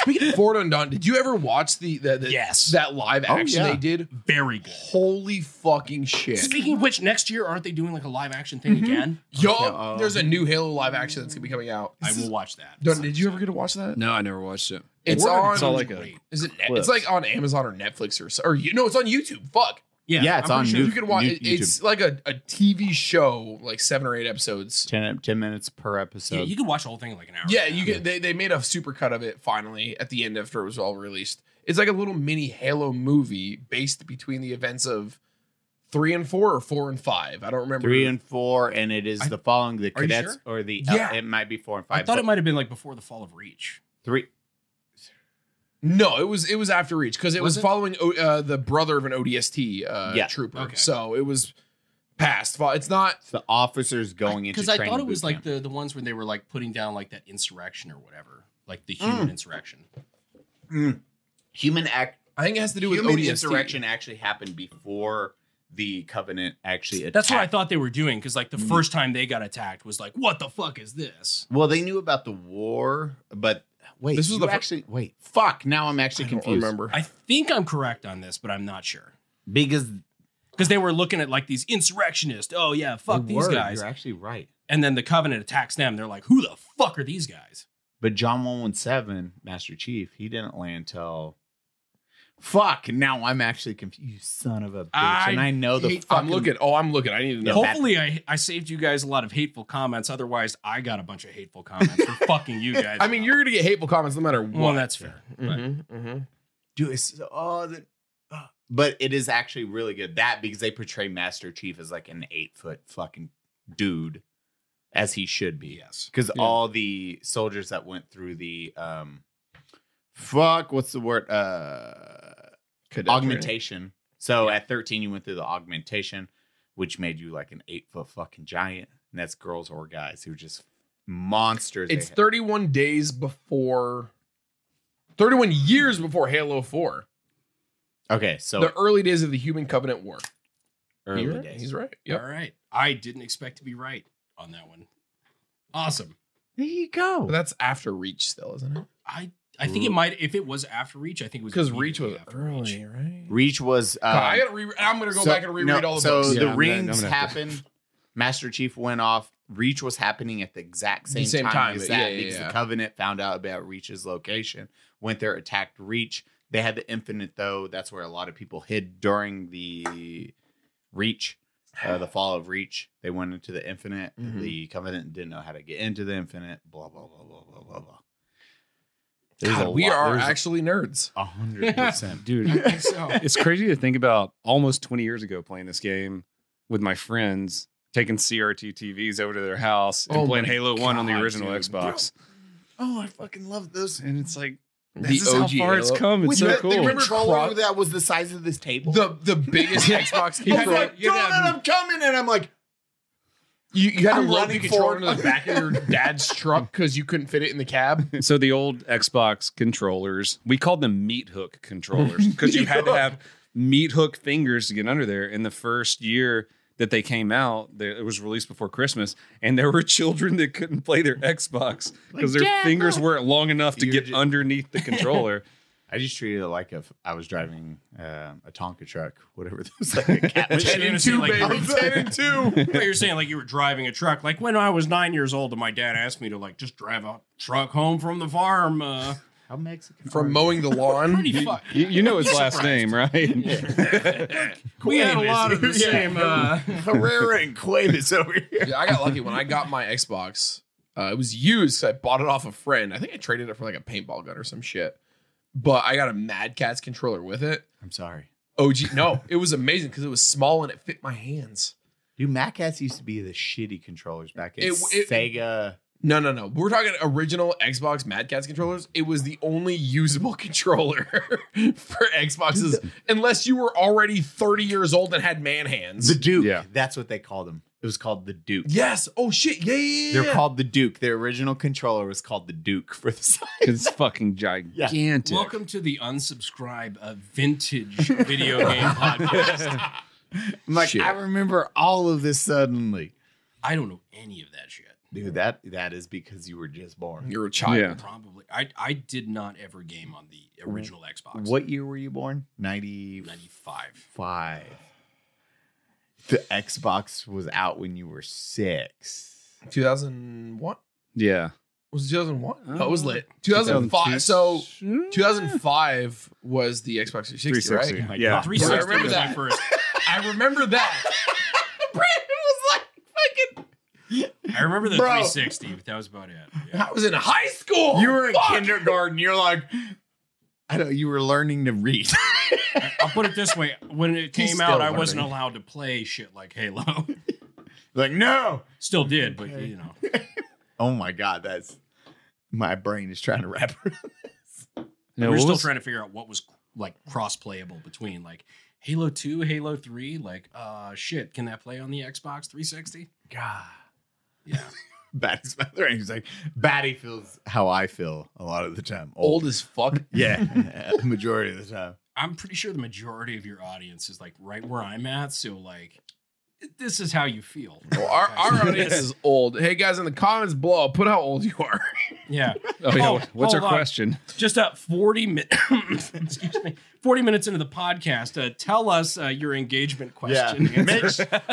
Speaker 1: Speaking of Ford and Don, did you ever watch the, the, the-
Speaker 4: Yes. Oh,
Speaker 1: that live action
Speaker 3: yeah.
Speaker 1: they did?
Speaker 4: Very good.
Speaker 1: Holy fucking shit!
Speaker 4: Speaking of which, next year aren't they doing like a live action
Speaker 1: Mm-hmm.
Speaker 4: thing again?
Speaker 1: Yo,
Speaker 4: um,
Speaker 3: uh,
Speaker 1: there's a new Halo live action that's gonna be coming out.
Speaker 4: I will watch that.
Speaker 1: Don, did you ever get to watch that?
Speaker 2: No, I never watched it.
Speaker 1: It's
Speaker 2: Or-
Speaker 1: on.
Speaker 2: It's all like a.
Speaker 4: Great.
Speaker 1: is it? Net-
Speaker 2: clips.
Speaker 1: It's like on Amazon or Netflix or so- or you know, it's on YouTube. Fuck.
Speaker 4: Yeah,
Speaker 3: Yeah, it's
Speaker 4: I'm
Speaker 3: on
Speaker 4: pretty
Speaker 3: new-
Speaker 1: you can watch.
Speaker 3: new-
Speaker 1: it- it's like a, a TV show, like seven or eight episodes.
Speaker 3: 10, 10 minutes per
Speaker 4: sure-
Speaker 3: episode.
Speaker 4: yeah, you can watch the whole thing in like an hour.
Speaker 1: Yeah, you get they, they made a supercut of it finally at the end after it was all released. It's like a little mini Halo movie based between the events of three and four or four and five. I don't remember.
Speaker 3: Three and four, and it is
Speaker 4: I-
Speaker 3: the following the
Speaker 4: Are you
Speaker 3: cadets
Speaker 4: sure?
Speaker 3: or the uh,
Speaker 1: Yeah.
Speaker 3: it might be four and
Speaker 4: I
Speaker 3: five.
Speaker 4: thought
Speaker 3: but
Speaker 4: it might have been like before the fall of Reach.
Speaker 3: three.
Speaker 1: no, it was it was after Reach because it was,
Speaker 4: Was it?
Speaker 1: following O- uh, the brother of an ODST uh,
Speaker 3: Yeah.
Speaker 1: trooper.
Speaker 4: Okay.
Speaker 1: So it was past. fi- It's not.
Speaker 3: It's the officers going into
Speaker 4: because I
Speaker 3: training
Speaker 4: thought it was
Speaker 3: boot
Speaker 4: like
Speaker 3: camp.
Speaker 4: the the ones when they were like putting down like that insurrection or whatever, like the
Speaker 1: Mm.
Speaker 4: human insurrection.
Speaker 3: human act.
Speaker 1: I think it has to do with
Speaker 3: human
Speaker 1: ODST.
Speaker 3: insurrection actually happened before the covenant actually. Attacked.
Speaker 4: That's what I thought they were doing because like the
Speaker 1: Mm-hmm.
Speaker 3: Mhm.
Speaker 4: first time they got attacked was like, what the fuck is this?
Speaker 3: Well, they knew about the war, but wait,
Speaker 1: This was
Speaker 3: you
Speaker 1: the fir-
Speaker 3: actually wait. Fuck! Now I'm actually
Speaker 1: I don't
Speaker 3: confused
Speaker 1: remember.
Speaker 4: I think I'm correct on this, but I'm not sure
Speaker 3: because
Speaker 4: because they were looking at like these insurrectionists. Oh yeah, fuck
Speaker 3: they
Speaker 4: these
Speaker 3: were,
Speaker 4: guys.
Speaker 3: You're actually right.
Speaker 4: And then the Covenant attacks them. They're like, who the fuck are these guys?
Speaker 3: But John one one seven, Master Chief, he didn't land till. Fuck! Now I'm actually confused. You son of a bitch!
Speaker 4: I
Speaker 3: and I know the
Speaker 1: Hate-
Speaker 3: fucking.
Speaker 1: I'm looking. Oh, I'm looking. I need to know.
Speaker 4: Hopefully, I, I saved you guys a lot of hateful comments. Otherwise, I got a bunch of hateful comments for fucking you guys.
Speaker 1: I mean, you're gonna get hateful comments no matter
Speaker 4: well,
Speaker 1: what.
Speaker 4: that's fair. but-
Speaker 1: Mhm, mhm.
Speaker 3: do it's oh the, uh, but it is actually really good that because they portray master chief as like an eight foot fucking dude as he should be
Speaker 4: Yes.
Speaker 3: because
Speaker 2: Yeah.
Speaker 3: all the soldiers that went through the um fuck what's the word uh
Speaker 1: Cadet training.
Speaker 3: augmentation so at 13 you went through the augmentation which made you like an eight foot fucking giant and that's girls or guys who just monsters they
Speaker 1: It's
Speaker 3: had.
Speaker 1: 31 days before, 31 years before Halo 4.
Speaker 3: okay so
Speaker 1: the early days of the Human Covenant War. You're
Speaker 3: early
Speaker 1: right.
Speaker 3: days
Speaker 1: He's right. Yep.
Speaker 4: All right. I didn't expect to be right on that one. Awesome.
Speaker 3: there you go
Speaker 1: But that's after Reach, still, isn't it?
Speaker 4: I I think it might if it was after Reach. I think it was
Speaker 1: Because Reach um, was
Speaker 4: immediately after
Speaker 1: early,
Speaker 4: Reach.
Speaker 1: right?
Speaker 3: reach was uh,
Speaker 1: God, I gotta re- I'm gonna go
Speaker 3: So-
Speaker 1: back and reread
Speaker 3: no,
Speaker 1: all the
Speaker 3: so
Speaker 1: books.
Speaker 2: Yeah,
Speaker 3: the
Speaker 2: I'm gonna- I'm
Speaker 3: rings
Speaker 2: gonna have to-
Speaker 3: happened. Master Chief went off. Reach was happening at the exact same,
Speaker 1: same
Speaker 3: time,
Speaker 1: time,
Speaker 3: as
Speaker 1: yeah,
Speaker 3: that
Speaker 1: yeah,
Speaker 3: because
Speaker 1: yeah.
Speaker 3: the Covenant found out about Reach's location, went there, attacked Reach. They had the Infinite though. That's where a lot of people hid during the Reach, uh, the fall of Reach. They went into the Infinite.
Speaker 1: Mhm.
Speaker 3: The Covenant didn't know how to get into the Infinite. Blah blah blah blah blah blah blah. There's
Speaker 1: God,
Speaker 3: a
Speaker 1: we
Speaker 3: lot-
Speaker 1: are
Speaker 3: there's
Speaker 1: actually nerds.
Speaker 3: a hundred percent.
Speaker 2: Dude, it's crazy to think about almost 20 years ago playing this game with my friends, taking CRT TVs over to their house and
Speaker 1: Oh
Speaker 2: playing
Speaker 1: my
Speaker 2: Halo 1 on the
Speaker 1: God,
Speaker 2: original
Speaker 1: dude.
Speaker 2: Xbox.
Speaker 3: Oh, I fucking love those.
Speaker 2: And it's like,
Speaker 1: The
Speaker 2: this is how
Speaker 1: OG
Speaker 2: far it's
Speaker 1: Halo.
Speaker 2: come. It's
Speaker 3: With
Speaker 2: so
Speaker 3: the- The
Speaker 2: cool.
Speaker 3: controller
Speaker 1: Croc-
Speaker 3: that was the size of this table.
Speaker 1: The the biggest Xbox
Speaker 3: I was
Speaker 1: controller.
Speaker 3: like,
Speaker 1: you, had to
Speaker 3: "Darn it,
Speaker 1: have-
Speaker 3: I'm coming, and I'm like,
Speaker 1: you, you had to
Speaker 3: I'm
Speaker 1: load the
Speaker 3: running
Speaker 1: controller
Speaker 3: forward.
Speaker 1: into the back of your dad's truck because you couldn't fit it in the cab.
Speaker 2: So the old Xbox controllers, we called them meat hook controllers because you had to have meat hook fingers to get under there. In the first year that they came out, there- it was released before Christmas, and there were children that couldn't play their Xbox because their fingers weren't long enough to
Speaker 3: You're
Speaker 2: get
Speaker 3: just-
Speaker 2: underneath the controller.
Speaker 3: I just treated it like if I was driving uh, a Tonka truck, whatever those like a cat machine.
Speaker 4: and
Speaker 1: two,
Speaker 4: like,
Speaker 1: baby. Ten and two.
Speaker 4: But you're saying like you were driving a truck. Like when I was nine years old, and my dad asked me to like just drive a truck home from the farm. Uh,
Speaker 3: How Mexican?
Speaker 1: From mowing the lawn.
Speaker 4: pretty fuck.
Speaker 2: You, you know his last name, right?
Speaker 4: We had a lot of the
Speaker 3: Yeah.
Speaker 4: same. Uh,
Speaker 3: Herrera and Cuevas over here.
Speaker 1: Yeah, I got lucky when I got my Xbox. Uh, it was used. So I bought it off a friend. I think I traded it for like a paintball gun or some shit. But I got a Mad Cats controller with it.
Speaker 3: I'm sorry.
Speaker 1: OG. No, it was amazing because it was small and it fit my hands.
Speaker 3: Dude, Mac Cats used to be the shitty controllers back in
Speaker 1: It- it-
Speaker 3: Sega.
Speaker 1: No, no, no. We're talking original Xbox Mad Cats controllers. It was the only usable controller for Xboxes, unless you were already 30 years old and had man hands.
Speaker 3: The Duke.
Speaker 2: Yeah.
Speaker 3: That's what they called him. It was called the Duke.
Speaker 1: yes. Oh shit. Yeah, yeah, yeah.
Speaker 3: They're called the Duke. Their original controller was called the Duke for the side.
Speaker 2: It's fucking gigantic.
Speaker 4: Welcome to the unsubscribe a vintage video game podcast.
Speaker 3: I'm like,
Speaker 2: Shit.
Speaker 3: I remember all of this suddenly.
Speaker 4: I don't know any of that shit.
Speaker 3: Dude, that that is because you were just born.
Speaker 1: You're a child.
Speaker 2: Yeah.
Speaker 4: Probably. I I did not ever game on the original Xbox.
Speaker 3: What year were you born? 95.
Speaker 4: 95.
Speaker 3: The Xbox was out when you were six.
Speaker 1: 2001
Speaker 2: Yeah.
Speaker 1: was it 2001.
Speaker 2: Uh,
Speaker 1: Oh, it was lit. 2005. So 2005 was the Xbox 360, right?
Speaker 2: 360. Yeah.
Speaker 4: 360
Speaker 1: I remember
Speaker 4: was
Speaker 1: that.
Speaker 4: my first.
Speaker 1: I remember that.
Speaker 4: I remember the
Speaker 3: Bro.
Speaker 4: 360, but that was about it. Yeah.
Speaker 1: I was in high school.
Speaker 3: You were in
Speaker 1: Fuck.
Speaker 3: kindergarten. You're like, I don't. You were learning to read.
Speaker 4: I'll put it this way: when it came
Speaker 3: still
Speaker 4: out, I
Speaker 3: learning.
Speaker 4: wasn't allowed to play shit like Halo.
Speaker 3: like, no.
Speaker 4: Still did, but you know,
Speaker 3: Oh my god, that's my brain is trying to wrap. around-
Speaker 2: No,
Speaker 4: we are
Speaker 2: what
Speaker 4: still
Speaker 2: was-
Speaker 4: trying to figure out what was like cross-playable between like Halo Two, Halo Three. Like, uh, shit, can that play on the Xbox 360?
Speaker 3: God.
Speaker 4: Yeah,
Speaker 3: Batty's mother. And he's like, Batty feels how I feel a lot of the time.
Speaker 1: Old as fuck.
Speaker 3: Yeah. majority of the time.
Speaker 4: I'm pretty sure the majority of your audience is like right where I'm at. So like, this is how you feel.
Speaker 1: Well, our, our audience is old. Hey guys, in the comments below, put how old you are.
Speaker 4: yeah.
Speaker 2: Oh, yeah.
Speaker 4: Oh,
Speaker 2: What's our
Speaker 4: hold on.
Speaker 2: question?
Speaker 4: just up 40 minutes excuse me 40 minutes into the podcast uh, tell us uh, your engagement question
Speaker 3: Yeah. Make,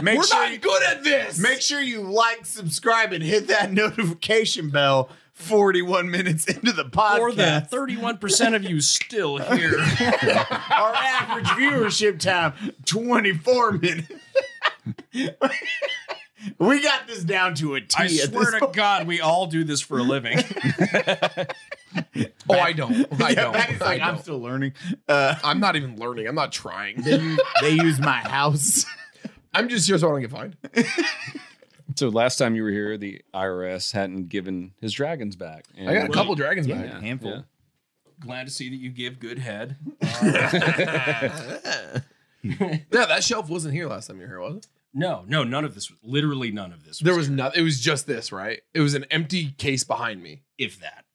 Speaker 3: make
Speaker 1: We're
Speaker 3: sure
Speaker 1: not good at this.
Speaker 3: make sure you like, subscribe, and hit that notification bell 41 minutes into the
Speaker 4: for the
Speaker 3: podcast.
Speaker 4: 31% of you still here
Speaker 3: Our average viewership time, 24 minutes. we got this down to a T.
Speaker 4: i
Speaker 3: at
Speaker 4: swear
Speaker 3: this
Speaker 4: to
Speaker 3: point.
Speaker 4: god we all do this for a living
Speaker 1: oh, I don't. I
Speaker 3: Yeah,
Speaker 1: don't.
Speaker 3: Patty's
Speaker 1: I
Speaker 3: like, I'm
Speaker 1: don't.
Speaker 3: still learning. Uh,
Speaker 1: I'm not even learning. I'm not trying.
Speaker 3: they, u- they use my house.
Speaker 1: I'm just here so I don't get fined.
Speaker 2: So last time you were here, the IRS hadn't given his dragons back. And
Speaker 1: I got a couple dragons back.
Speaker 2: Yeah,
Speaker 3: handful.
Speaker 2: yeah.
Speaker 4: glad to see that you give good head Uh,
Speaker 1: Yeah, that shelf wasn't here last time you were here, was it?
Speaker 4: no no none of this was literally none of this was
Speaker 1: There was nothing. It was just this, right? It was an empty case behind me.
Speaker 4: if that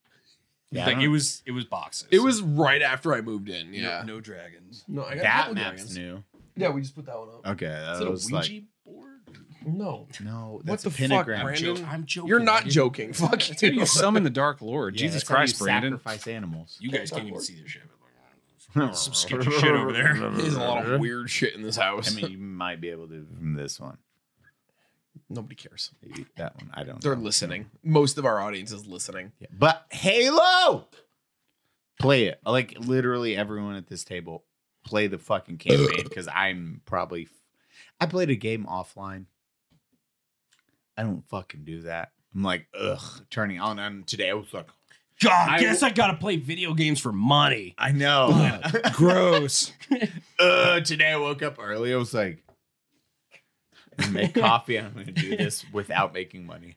Speaker 3: Yeah, I
Speaker 4: like
Speaker 3: don't-
Speaker 4: it was it was boxes
Speaker 1: It was right after I moved in.
Speaker 4: no,
Speaker 1: Yeah.
Speaker 4: no dragons
Speaker 1: No, I got a
Speaker 3: that
Speaker 1: couple
Speaker 3: map's
Speaker 1: dragons.
Speaker 3: new.
Speaker 1: Yeah, we just put that one up.
Speaker 3: Okay, that
Speaker 4: is it a
Speaker 3: was
Speaker 4: ouija
Speaker 3: like
Speaker 4: board
Speaker 1: No,
Speaker 3: no.
Speaker 1: that's
Speaker 3: That's
Speaker 1: a the
Speaker 3: a
Speaker 1: fuck, pentagram.
Speaker 3: pentagram.
Speaker 1: Brandon?
Speaker 4: Joke- i'm joking
Speaker 1: you're not
Speaker 4: dude.
Speaker 1: joking. Fuck you.
Speaker 2: You summon the Dark Lord. Jesus Christ, Brandon.
Speaker 3: Sacrifice animals.
Speaker 4: you guys can't even
Speaker 1: Board.
Speaker 4: see this shit some sketchy shit over there
Speaker 1: There's a lot of weird shit in this house.
Speaker 3: I mean, you might be able to from this one.
Speaker 1: nobody cares.
Speaker 3: Maybe that one. I don't.
Speaker 1: They're
Speaker 3: know.
Speaker 1: listening. Most of our audience is listening.
Speaker 3: Yeah. But Halo, play it. Like literally everyone at this table, play the fucking campaign because I'm probably. I played a game offline. I don't fucking do that. I'm like, ugh, turning on. And today I was like,
Speaker 4: God,
Speaker 3: I-
Speaker 4: guess I gotta play video games for money.
Speaker 3: I know.
Speaker 2: Gross.
Speaker 3: uh, today I woke up early. I was like, I'm gonna make coffee. I'm gonna do this without making money.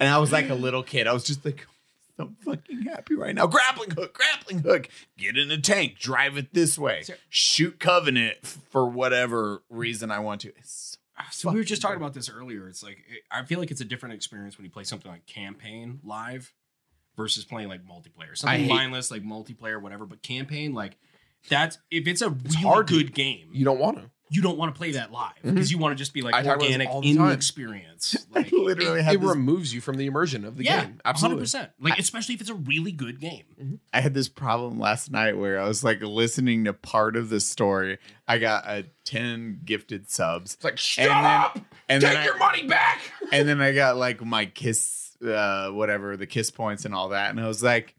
Speaker 3: And I was like a little kid. I was just like, I'm fucking happy right now. Grappling hook, grappling hook. Get in a tank. Drive it this way.
Speaker 4: Sir-
Speaker 3: Shoot Covenant f- for whatever reason I want to. It's
Speaker 4: Ah, So we were just talking about this earlier. It's like it- I feel like it's a different experience when you play something like campaign live versus playing like multiplayer. Something
Speaker 1: hate-
Speaker 4: mindless like multiplayer, whatever. But campaign, like that's if it's a really
Speaker 1: hard to-
Speaker 4: good game,
Speaker 1: You don't want to.
Speaker 4: you Mm-hmm. don't want to play that live because you want to just be like
Speaker 1: I talk about this
Speaker 4: organic
Speaker 1: all the
Speaker 4: in the
Speaker 1: time.
Speaker 4: experience. Like,
Speaker 3: so- literally
Speaker 1: It,
Speaker 3: had
Speaker 1: it
Speaker 3: this,
Speaker 1: removes you from the immersion of the
Speaker 4: yeah,
Speaker 1: game.
Speaker 4: hundred
Speaker 1: Absolutely.
Speaker 4: percent. Like especially if it's a really good game.
Speaker 3: I had this problem last night where I was like listening to part of the story. I got a 10 gifted subs.
Speaker 1: It's like, shut
Speaker 3: then-
Speaker 1: up!
Speaker 3: and
Speaker 1: Take
Speaker 3: then I-
Speaker 1: your money back!
Speaker 3: and then I got like my kiss, uh, whatever the kiss points and all that, and I was like,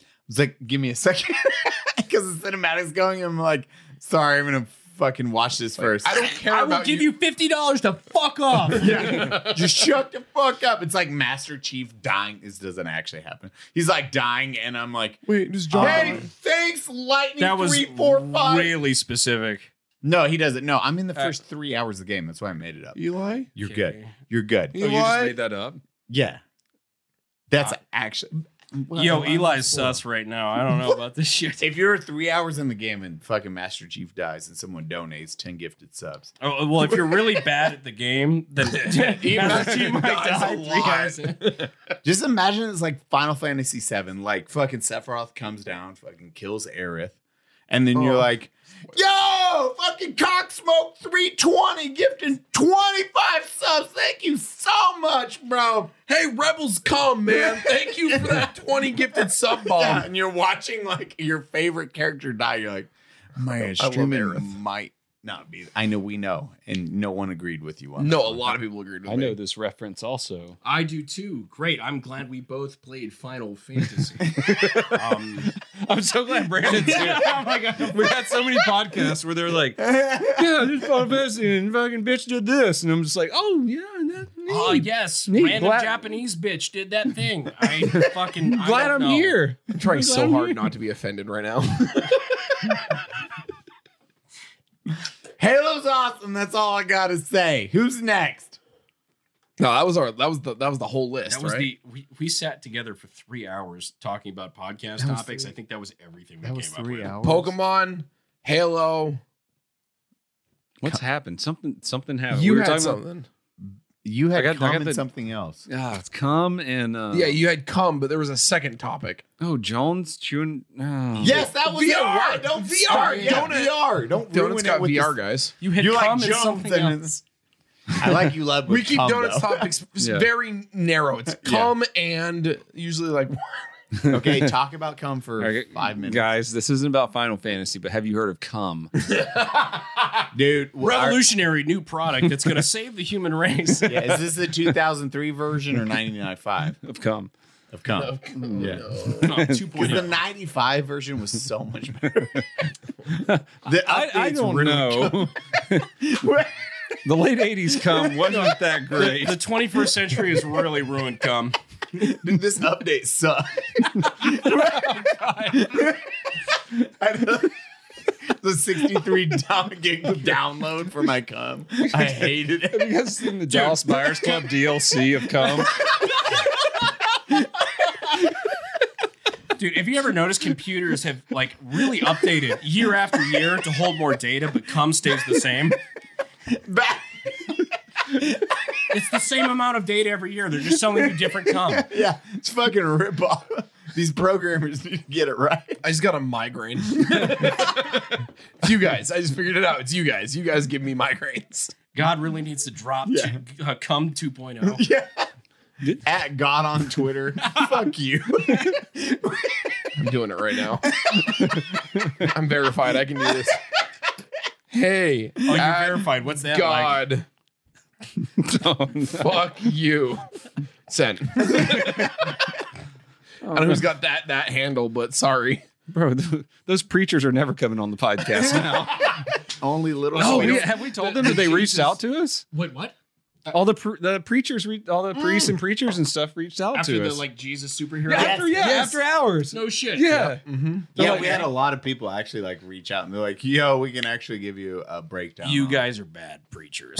Speaker 3: I was like, give me a second, because the cinematic's going. I'm like, sorry, I'm gonna fucking watch this first.
Speaker 1: I don't care
Speaker 4: I will
Speaker 1: about
Speaker 4: give you fifty dollars to fuck off.
Speaker 3: yeah, just shut the fuck up. It's like Master Chief dying. This doesn't actually happen. He's like dying, and I'm like,
Speaker 1: Wait, just
Speaker 2: Um,
Speaker 3: hey, thanks, Lightning.
Speaker 4: um, That was
Speaker 3: three, four, five.
Speaker 4: really specific.
Speaker 3: No, he doesn't. No, I'm in the first three hours of the game. That's why I made it up.
Speaker 1: Eli?
Speaker 3: You're
Speaker 4: Uh, Okay.
Speaker 3: good. You're good.
Speaker 2: Oh, you just made that up?
Speaker 3: Yeah. That's actually.
Speaker 4: Uh, Yo, Eli's sus right now. I don't know about this shit.
Speaker 3: If you're three hours in the game and fucking Master Chief dies and someone donates 10 gifted subs,
Speaker 4: Oh, well, if you're really bad at the game, then Master Chief might
Speaker 3: dies
Speaker 4: die
Speaker 3: a
Speaker 4: three
Speaker 3: lot.
Speaker 4: hours in.
Speaker 3: just imagine it's like Final Fantasy VII. Like fucking Sephiroth comes down, fucking kills Aerith. And then you're
Speaker 1: Oh.
Speaker 3: like, yo, fucking Cocksmoke 320 gifting 25 subs. Thank you so much, bro.
Speaker 1: Hey, Rebels, come, man. Thank you for that 20 gifted sub bomb.
Speaker 3: Yeah, and you're watching like your favorite character die. You're like, man,
Speaker 1: love
Speaker 3: streaming
Speaker 1: Aerith.
Speaker 3: might not be. I know we know, and no one agreed with you on.
Speaker 1: No,
Speaker 3: that
Speaker 1: a
Speaker 3: one.
Speaker 1: lot of people agreed with
Speaker 2: I
Speaker 1: me.
Speaker 2: know this reference also.
Speaker 4: I do too. Great. I'm glad we both played Final Fantasy. um,
Speaker 2: I'm so glad Brandon's here. oh my god, we had so many podcasts where they're like, "Yeah, this Final Fantasy and fucking bitch did this," and I'm just like, "Oh yeah, that neat.
Speaker 4: oh, yes.
Speaker 2: Neat.
Speaker 4: Random
Speaker 2: Glad-
Speaker 4: Japanese bitch did that thing. I fucking. I
Speaker 2: glad
Speaker 4: don't
Speaker 2: I'm
Speaker 4: know.
Speaker 2: here."
Speaker 1: I'm trying
Speaker 2: glad
Speaker 1: so
Speaker 2: I'm
Speaker 1: hard
Speaker 2: here.
Speaker 1: not to be offended right now.
Speaker 3: Halo's awesome. That's all I gotta say. Who's next?
Speaker 1: no, that was our that was the that was the whole list,
Speaker 4: That was
Speaker 1: right?
Speaker 4: the we, we sat together for three hours talking about podcast
Speaker 3: That was
Speaker 4: topics.
Speaker 3: three-
Speaker 4: I think that was everything we came up with.
Speaker 1: Pokemon, Halo.
Speaker 2: What's happened? Something, something happened.
Speaker 1: you
Speaker 2: We were
Speaker 1: had
Speaker 2: talking about-
Speaker 1: something.
Speaker 3: You had
Speaker 2: I got- I got
Speaker 3: commented
Speaker 2: the-
Speaker 3: something else.
Speaker 2: Ah, it's cum and uh,
Speaker 1: yeah, you had come, but there was a second topic.
Speaker 2: oh Jones chewing. Oh.
Speaker 3: Yes, that was
Speaker 1: VR.
Speaker 3: It. Don't
Speaker 1: VR.
Speaker 3: start. Yeah,
Speaker 1: Donut-
Speaker 3: VR. Don't ruin
Speaker 1: Donuts
Speaker 3: it
Speaker 1: got
Speaker 3: with
Speaker 1: VR,
Speaker 3: this-
Speaker 1: guys.
Speaker 4: You had
Speaker 3: You like
Speaker 4: come and
Speaker 3: jump
Speaker 4: something
Speaker 3: and it's-
Speaker 4: else.
Speaker 3: I like you love.
Speaker 1: We
Speaker 3: with
Speaker 1: keep
Speaker 3: cum,
Speaker 1: donuts
Speaker 3: though.
Speaker 1: topics
Speaker 2: Yeah.
Speaker 1: very narrow. It's
Speaker 3: Yeah.
Speaker 1: come and usually like
Speaker 3: okay, talk about cum for
Speaker 2: Okay,
Speaker 3: five minutes,
Speaker 2: guys. This isn't about Final Fantasy, but have you heard of cum?
Speaker 3: dude. our-
Speaker 4: Revolutionary new product that's going to save the human race.
Speaker 3: yeah, is this the 2003 version or 99.5
Speaker 2: of cum?
Speaker 3: of cum? Yeah.
Speaker 4: No,
Speaker 3: Because
Speaker 4: 2.0.
Speaker 3: the 95 version was so much better. the
Speaker 2: I, I
Speaker 3: updates
Speaker 2: don't
Speaker 3: really-
Speaker 2: know. the late '80s cum wasn't that
Speaker 4: The,
Speaker 2: great.
Speaker 4: the 21st century has really ruined cum.
Speaker 3: Dude, this update sucked. I don't- the 63 gig download for my cum. I hated it.
Speaker 2: Have you guys seen the Dallas Buyers Club DLC of cum?
Speaker 4: Dude, have you ever noticed computers have like really updated year after year to hold more data, but cum stays the same?
Speaker 3: Back-
Speaker 4: It's the same amount of data every year. They're just selling you different cum.
Speaker 3: yeah, it's fucking a ripoff. These programmers need to get it right.
Speaker 1: I just got a migraine. it's you guys. I just figured it out. It's you guys. You guys give me migraines.
Speaker 4: God really needs to drop
Speaker 3: Yeah.
Speaker 4: to, uh, cum 2.0.
Speaker 3: Yeah. At God on Twitter. Fuck you.
Speaker 1: I'm doing it right now. I'm verified. I can do this. Hey,
Speaker 4: Oh, you
Speaker 1: at
Speaker 4: verified. What's that like?
Speaker 1: God,
Speaker 2: Oh, no.
Speaker 1: fuck you. Sent.
Speaker 4: Oh,
Speaker 1: I don't know who's got that that handle, but sorry.
Speaker 2: Bro, th- those preachers are never coming on the podcast now.
Speaker 3: Only little
Speaker 1: No,
Speaker 3: sweet-
Speaker 1: we-
Speaker 2: have we told them that they reached out to us?
Speaker 4: Wait, what?
Speaker 2: All the pre- the preachers, re- all the priests and preachers and stuff reached out
Speaker 4: After
Speaker 2: to
Speaker 4: the
Speaker 2: us.
Speaker 4: like Jesus superhero?
Speaker 2: yeah, after, yeah,
Speaker 1: yes.
Speaker 2: after hours.
Speaker 4: No shit.
Speaker 2: yeah.
Speaker 3: Yeah,
Speaker 4: Like-
Speaker 3: we had a lot of people actually like reach out and they're like, "Yo, we can actually give you a breakdown."
Speaker 4: You
Speaker 3: on
Speaker 4: guys are bad preachers.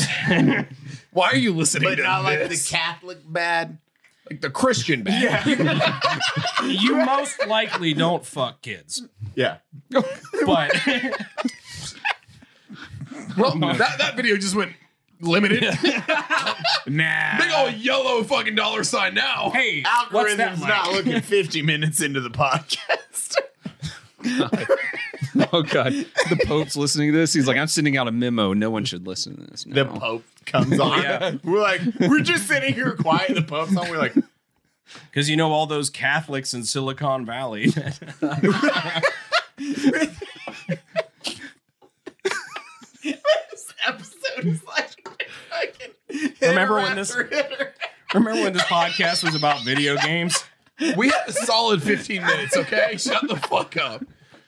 Speaker 1: Why are you listening
Speaker 3: but
Speaker 1: to
Speaker 3: not like the
Speaker 1: this?
Speaker 3: Catholic bad.
Speaker 1: Like the Christian band.
Speaker 4: you most likely don't fuck kids,
Speaker 3: Yeah,
Speaker 4: but
Speaker 1: Well, that, that video just went limited.
Speaker 3: nah.
Speaker 1: Big old yellow fucking dollar sign now.
Speaker 4: hey, what's that
Speaker 3: Algorithm's
Speaker 4: like?
Speaker 3: not looking fifty minutes into the podcast.
Speaker 2: Oh god, the Pope's listening to this. He's like, I'm sending out a memo. No one should listen to this.
Speaker 3: the
Speaker 2: now."
Speaker 3: Pope comes on.
Speaker 4: Yeah.
Speaker 3: We're like, we're just sitting here quiet. The Pope's on. We're like,
Speaker 4: Because you know all those Catholics in Silicon Valley.
Speaker 3: this episode is like, fucking.
Speaker 4: Remember when this- Remember when this podcast was about video games?
Speaker 1: We had a solid 15 minutes, okay? Shut the fuck up.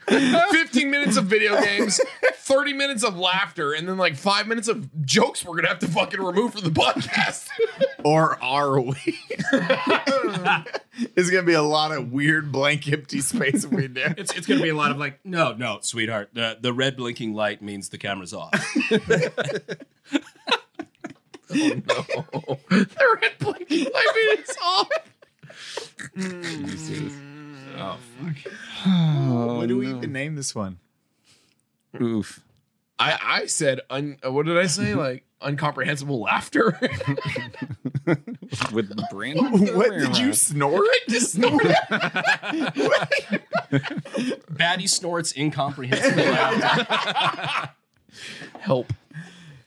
Speaker 1: 15 minutes of video games, 30 minutes of laughter, and then like five minutes of jokes we're gonna have to fucking remove from the podcast.
Speaker 3: or are we? it's gonna be a lot of weird blank empty space if we do.
Speaker 4: It's, it's going to be a lot of like, no, no, sweetheart. The, the red blinking light means the camera's off.
Speaker 1: Oh, No. They're in blinking light minutes off.
Speaker 4: Oh, fuck.
Speaker 3: what do we even name this one?
Speaker 2: Oh, Oof.
Speaker 1: I, I said, un, uh, what did I say? Like uncomprehensible laughter.
Speaker 2: With Brandon.
Speaker 3: what did you snort? Just snort.
Speaker 4: Batty snorts incomprehensible. laughter.
Speaker 1: Help.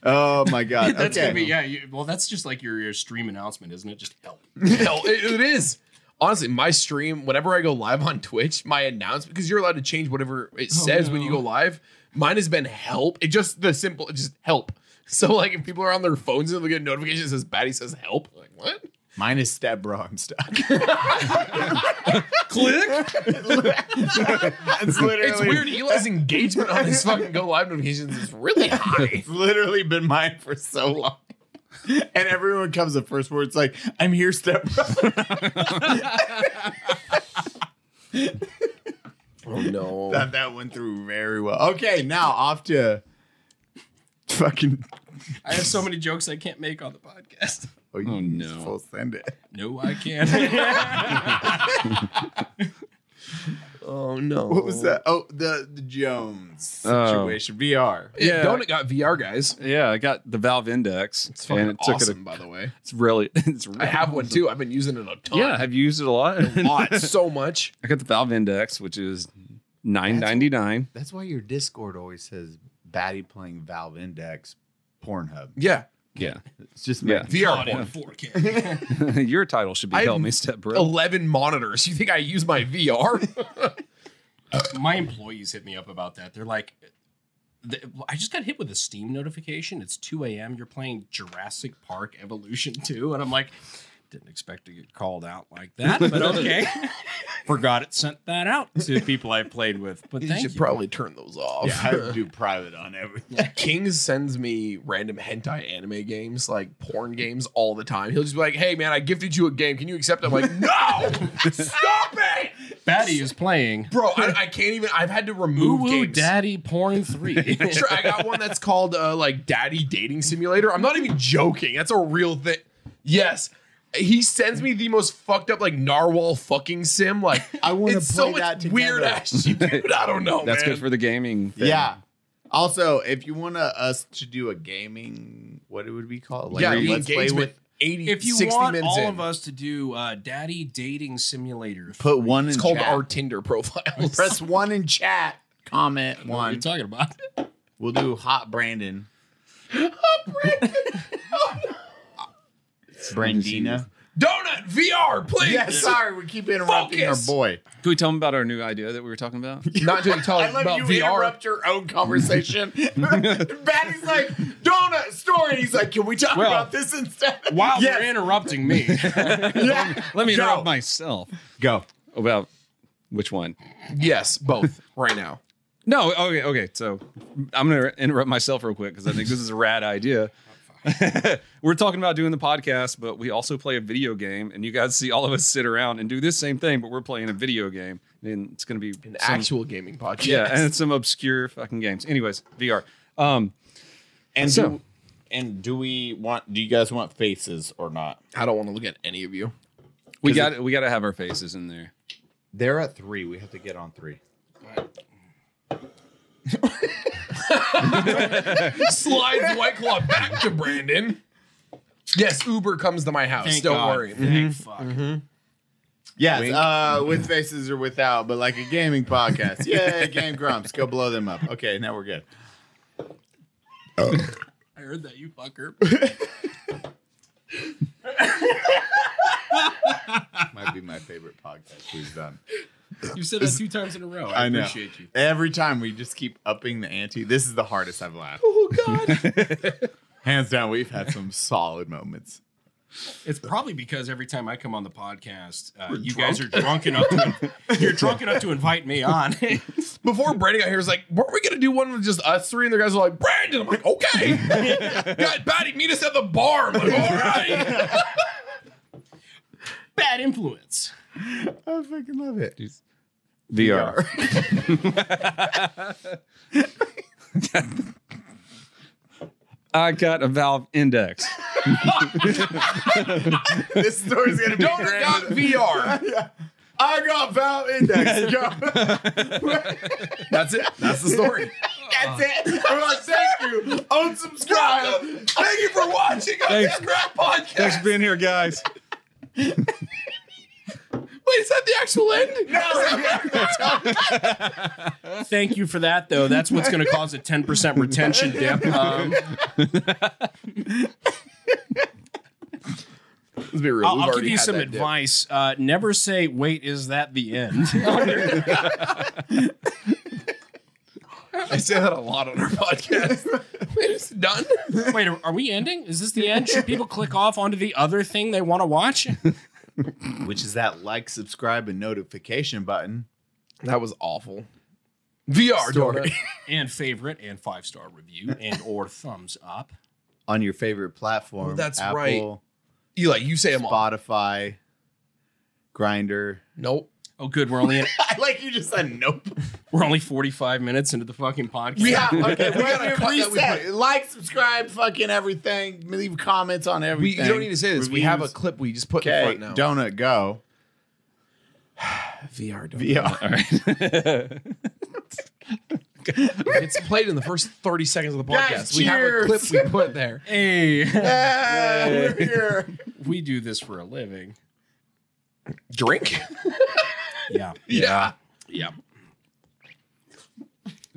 Speaker 3: oh my god.
Speaker 4: that's
Speaker 3: okay.
Speaker 4: gonna be yeah. You, well, that's just like your, your stream announcement, isn't it? Just help.
Speaker 1: No, it, it is. Honestly, my stream, whenever I go live on Twitch, my announcement, because you're allowed to change whatever it
Speaker 2: Oh,
Speaker 1: says when you go live, mine has been help. It just the simple, it just help. So, like, if people are on their phones and they get a notification that says Batty says help, like, what?
Speaker 3: Mine is stab bro. I'm stuck.
Speaker 2: Click.
Speaker 3: it's literally
Speaker 1: It's weird. Eli's engagement on his fucking go live notifications is really high.
Speaker 3: It's literally been mine for so long. And everyone comes the first word. It's like, I'm here, step bro.
Speaker 1: Oh, no.
Speaker 3: Thought that went through very well. Okay, now off to fucking.
Speaker 4: I have so many jokes I can't make on the podcast.
Speaker 3: Oh, you
Speaker 2: no.
Speaker 3: Full send it.
Speaker 4: No, I can't.
Speaker 1: oh, no.
Speaker 3: What was that? Oh, the, the Jones
Speaker 2: Oh.
Speaker 3: situation. VR.
Speaker 1: Yeah.
Speaker 2: Yeah.
Speaker 1: Donut got VR, guys.
Speaker 2: Yeah, I got the Valve Index.
Speaker 1: It's fucking
Speaker 2: took
Speaker 1: awesome,
Speaker 2: it.
Speaker 1: by the way.
Speaker 2: A, it's really. It's really
Speaker 1: I have one too. I've been using it a ton.
Speaker 2: Yeah, have you used it a lot?
Speaker 1: a lot, so much.
Speaker 2: I got the Valve Index, which is nine ninety nine.
Speaker 3: That's why your Discord always says Batty playing Valve Index Pornhub.
Speaker 1: Yeah,
Speaker 2: Yeah,
Speaker 3: It's just
Speaker 2: Yeah.
Speaker 1: VR.
Speaker 4: Caught in
Speaker 1: porn.
Speaker 4: 4K.
Speaker 2: your title should be
Speaker 1: I've-
Speaker 2: "Help Me Step Bro."
Speaker 1: Eleven monitors. You think I use my VR?
Speaker 4: My employees hit me up about that. They're like, th- I just got hit with a Steam notification. It's 2 a.m. You're playing Jurassic Park Evolution 2. And I'm like, didn't expect to get called out like that, but okay. Forgot it sent that out to people I played with. But
Speaker 1: you
Speaker 4: thank you.
Speaker 1: should probably turn those off.
Speaker 3: Yeah, I do private on everything.
Speaker 1: Kings sends me random hentai anime games, like porn games, all the time. He'll just be like, "Hey, man, I gifted you a game. Can you accept?" it?" I'm like, "No, stop it,
Speaker 4: Batty is playing
Speaker 1: bro. I, I can't even. I've had to
Speaker 4: Ooh
Speaker 1: remove
Speaker 4: Woo
Speaker 1: games.
Speaker 4: Daddy Porn 3.
Speaker 1: Sure, I got one that's called uh, like Daddy Dating Simulator. I'm not even joking. That's a real thing. Yes. He sends me the most fucked up like narwhal fucking sim. Like
Speaker 3: I wanna
Speaker 1: it's so
Speaker 3: play
Speaker 1: much
Speaker 3: that
Speaker 1: weird
Speaker 3: together.
Speaker 1: ass shit, dude. I don't know.
Speaker 2: That's
Speaker 1: man.
Speaker 2: good for the gaming. Thing.
Speaker 3: Yeah. Also, if you want to, us to do a gaming, what it would be called?
Speaker 1: yeah,
Speaker 3: a
Speaker 1: the engagement with 80
Speaker 4: if you
Speaker 1: 60
Speaker 4: want
Speaker 1: minutes
Speaker 4: all
Speaker 1: in.
Speaker 4: of us to do uh, Daddy Dating Simulator,
Speaker 3: Put one
Speaker 1: it's
Speaker 3: in
Speaker 1: called
Speaker 3: chat.
Speaker 1: our Tinder profiles.
Speaker 3: Press one in chat. Comment
Speaker 4: what are you
Speaker 3: one.
Speaker 4: talking about?
Speaker 3: We'll do hot Brandon. Hot Brandon. Brandina.
Speaker 1: Donut VR, please.
Speaker 3: Yeah, sorry, we keep interrupting
Speaker 1: Focus.
Speaker 3: our boy.
Speaker 2: Can we tell them about our new idea that we were talking about?
Speaker 1: Not doing tell about VR.
Speaker 3: your own conversation. Batty's like, donut story. He's like, can we talk
Speaker 4: Well,
Speaker 3: this instead?
Speaker 4: Wow,
Speaker 3: Yes.
Speaker 4: you're interrupting me.
Speaker 3: Yeah.
Speaker 2: Let me
Speaker 3: Go.
Speaker 2: interrupt myself
Speaker 3: Go.
Speaker 2: about which one.
Speaker 1: Yes, both right now.
Speaker 2: No, okay, okay. So I'm gonna interrupt myself real quick because I think this is a rad idea. We're talking about doing the podcast, but we also play a video game, and you guys see all of us sit around and do this same thing, but we're playing a video game, and it's gonna be
Speaker 1: An
Speaker 2: some-
Speaker 1: actual gaming podcast.
Speaker 2: yeah, and some obscure fucking games. Anyways, VR. Um,
Speaker 3: And
Speaker 2: So-
Speaker 3: do, and do we want? Do you guys want faces or not?
Speaker 1: I don't want to look at any of you.
Speaker 2: we
Speaker 3: 'Cause it-
Speaker 2: got we got to have our faces in there.
Speaker 3: They're at three. We have to get on three.
Speaker 1: slides White Claw back to Brandon. Yes, Uber comes to my house.
Speaker 4: Thank
Speaker 1: Don't
Speaker 4: God.
Speaker 1: worry.
Speaker 4: Thank fuck.
Speaker 3: Yes, uh, with faces or without, but like a gaming podcast. Yeah, Game Grumps. Go blow them up. Okay, now we're good.
Speaker 4: I heard that you fucker.
Speaker 3: Might be my favorite podcast we've done.
Speaker 4: You said that two times in a row. I,
Speaker 3: I know.
Speaker 4: appreciate you.
Speaker 3: Every time we just keep upping the ante. This is the hardest I've laughed.
Speaker 1: Oh God!
Speaker 3: Hands down, we've had some solid moments.
Speaker 4: It's probably because every time I come on the podcast, uh, you guys are drunk enough. To, you're drunk enough to invite me on.
Speaker 1: Before Brandon got here, he was like, "Weren't we gonna do one with just us three? And the guys were like, "Brandon." I'm like, "Okay." God, Patty, meet us at the bar. I'm like, "All right."
Speaker 4: Bad influence.
Speaker 3: I fucking love it.
Speaker 2: VR. I got a Valve Index.
Speaker 3: this story's gonna be
Speaker 4: Donor got VR.
Speaker 3: yeah. I got Val Index. Go.
Speaker 1: That's it. That's the story.
Speaker 3: That's it. I'm Uh, like, thank you. Unsubscribe. thank you for watching.
Speaker 2: Thanks.
Speaker 3: Unsubscribe podcast.
Speaker 2: Thanks for being here, guys.
Speaker 4: Wait, is that the actual end?
Speaker 3: No.
Speaker 4: Thank you for that, though. That's what's going to cause a 10% retention dip. Um,
Speaker 1: Let's be real.
Speaker 4: I'll,
Speaker 1: We've
Speaker 4: I'll give
Speaker 1: already
Speaker 4: you
Speaker 1: had
Speaker 4: some
Speaker 1: that dip.
Speaker 4: advice. Uh, never say, wait, is that the end?
Speaker 1: I say that a lot on our podcast. it's done.
Speaker 4: wait, are, are we ending? Is this the end? Should people click off onto the other thing they want to watch?
Speaker 3: Which is that like, subscribe, and notification button.
Speaker 1: That was awful. VR
Speaker 3: Story.
Speaker 1: story.
Speaker 4: and favorite and five star review and or thumbs up.
Speaker 3: on your favorite platform.
Speaker 1: Oh, that's
Speaker 3: Apple,
Speaker 1: Eli, you say them all.
Speaker 3: Spotify, Grinder.
Speaker 1: Nope.
Speaker 4: Oh, good. We're only in,
Speaker 3: I like you just said nope.
Speaker 4: we're only 45 minutes into the fucking podcast.
Speaker 3: okay. We
Speaker 1: gotta cut that. We
Speaker 3: reset. like, subscribe, fucking everything. Leave comments on
Speaker 1: We,
Speaker 3: everything.
Speaker 1: you don't need to say this. We have a clip we just put in
Speaker 3: Okay,
Speaker 1: front now.
Speaker 3: donut go.
Speaker 1: VR donut.
Speaker 3: VR.
Speaker 2: All right.
Speaker 1: It's played in the first 30 seconds of the podcast.
Speaker 3: Guys,
Speaker 1: we have a clip
Speaker 3: cheers.
Speaker 1: we put there.
Speaker 4: Hey,
Speaker 3: Ah, we're here.
Speaker 4: we do this for a living.
Speaker 1: Drink?
Speaker 4: Yeah.
Speaker 1: Yeah.
Speaker 4: Yeah.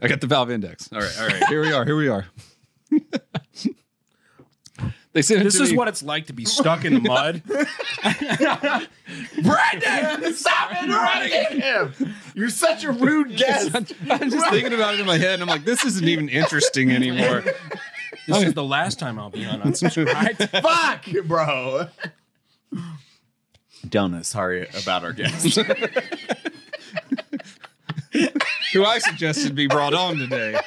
Speaker 2: I got the Valve Index. All right, all right. Here we are. Here we are. they sent it
Speaker 4: This
Speaker 2: to
Speaker 4: is
Speaker 2: me-
Speaker 4: what it's like to be stuck in the mud.
Speaker 3: Brandon, stop interrupting him. You're such a rude guest.
Speaker 2: I'm just thinking about it in my head, and I'm like, this isn't even interesting anymore.
Speaker 4: This is the last time I'll be on unsubscribed.
Speaker 3: Fuck, bro. Donut, sorry about our guest.
Speaker 2: Who I suggested be brought on today.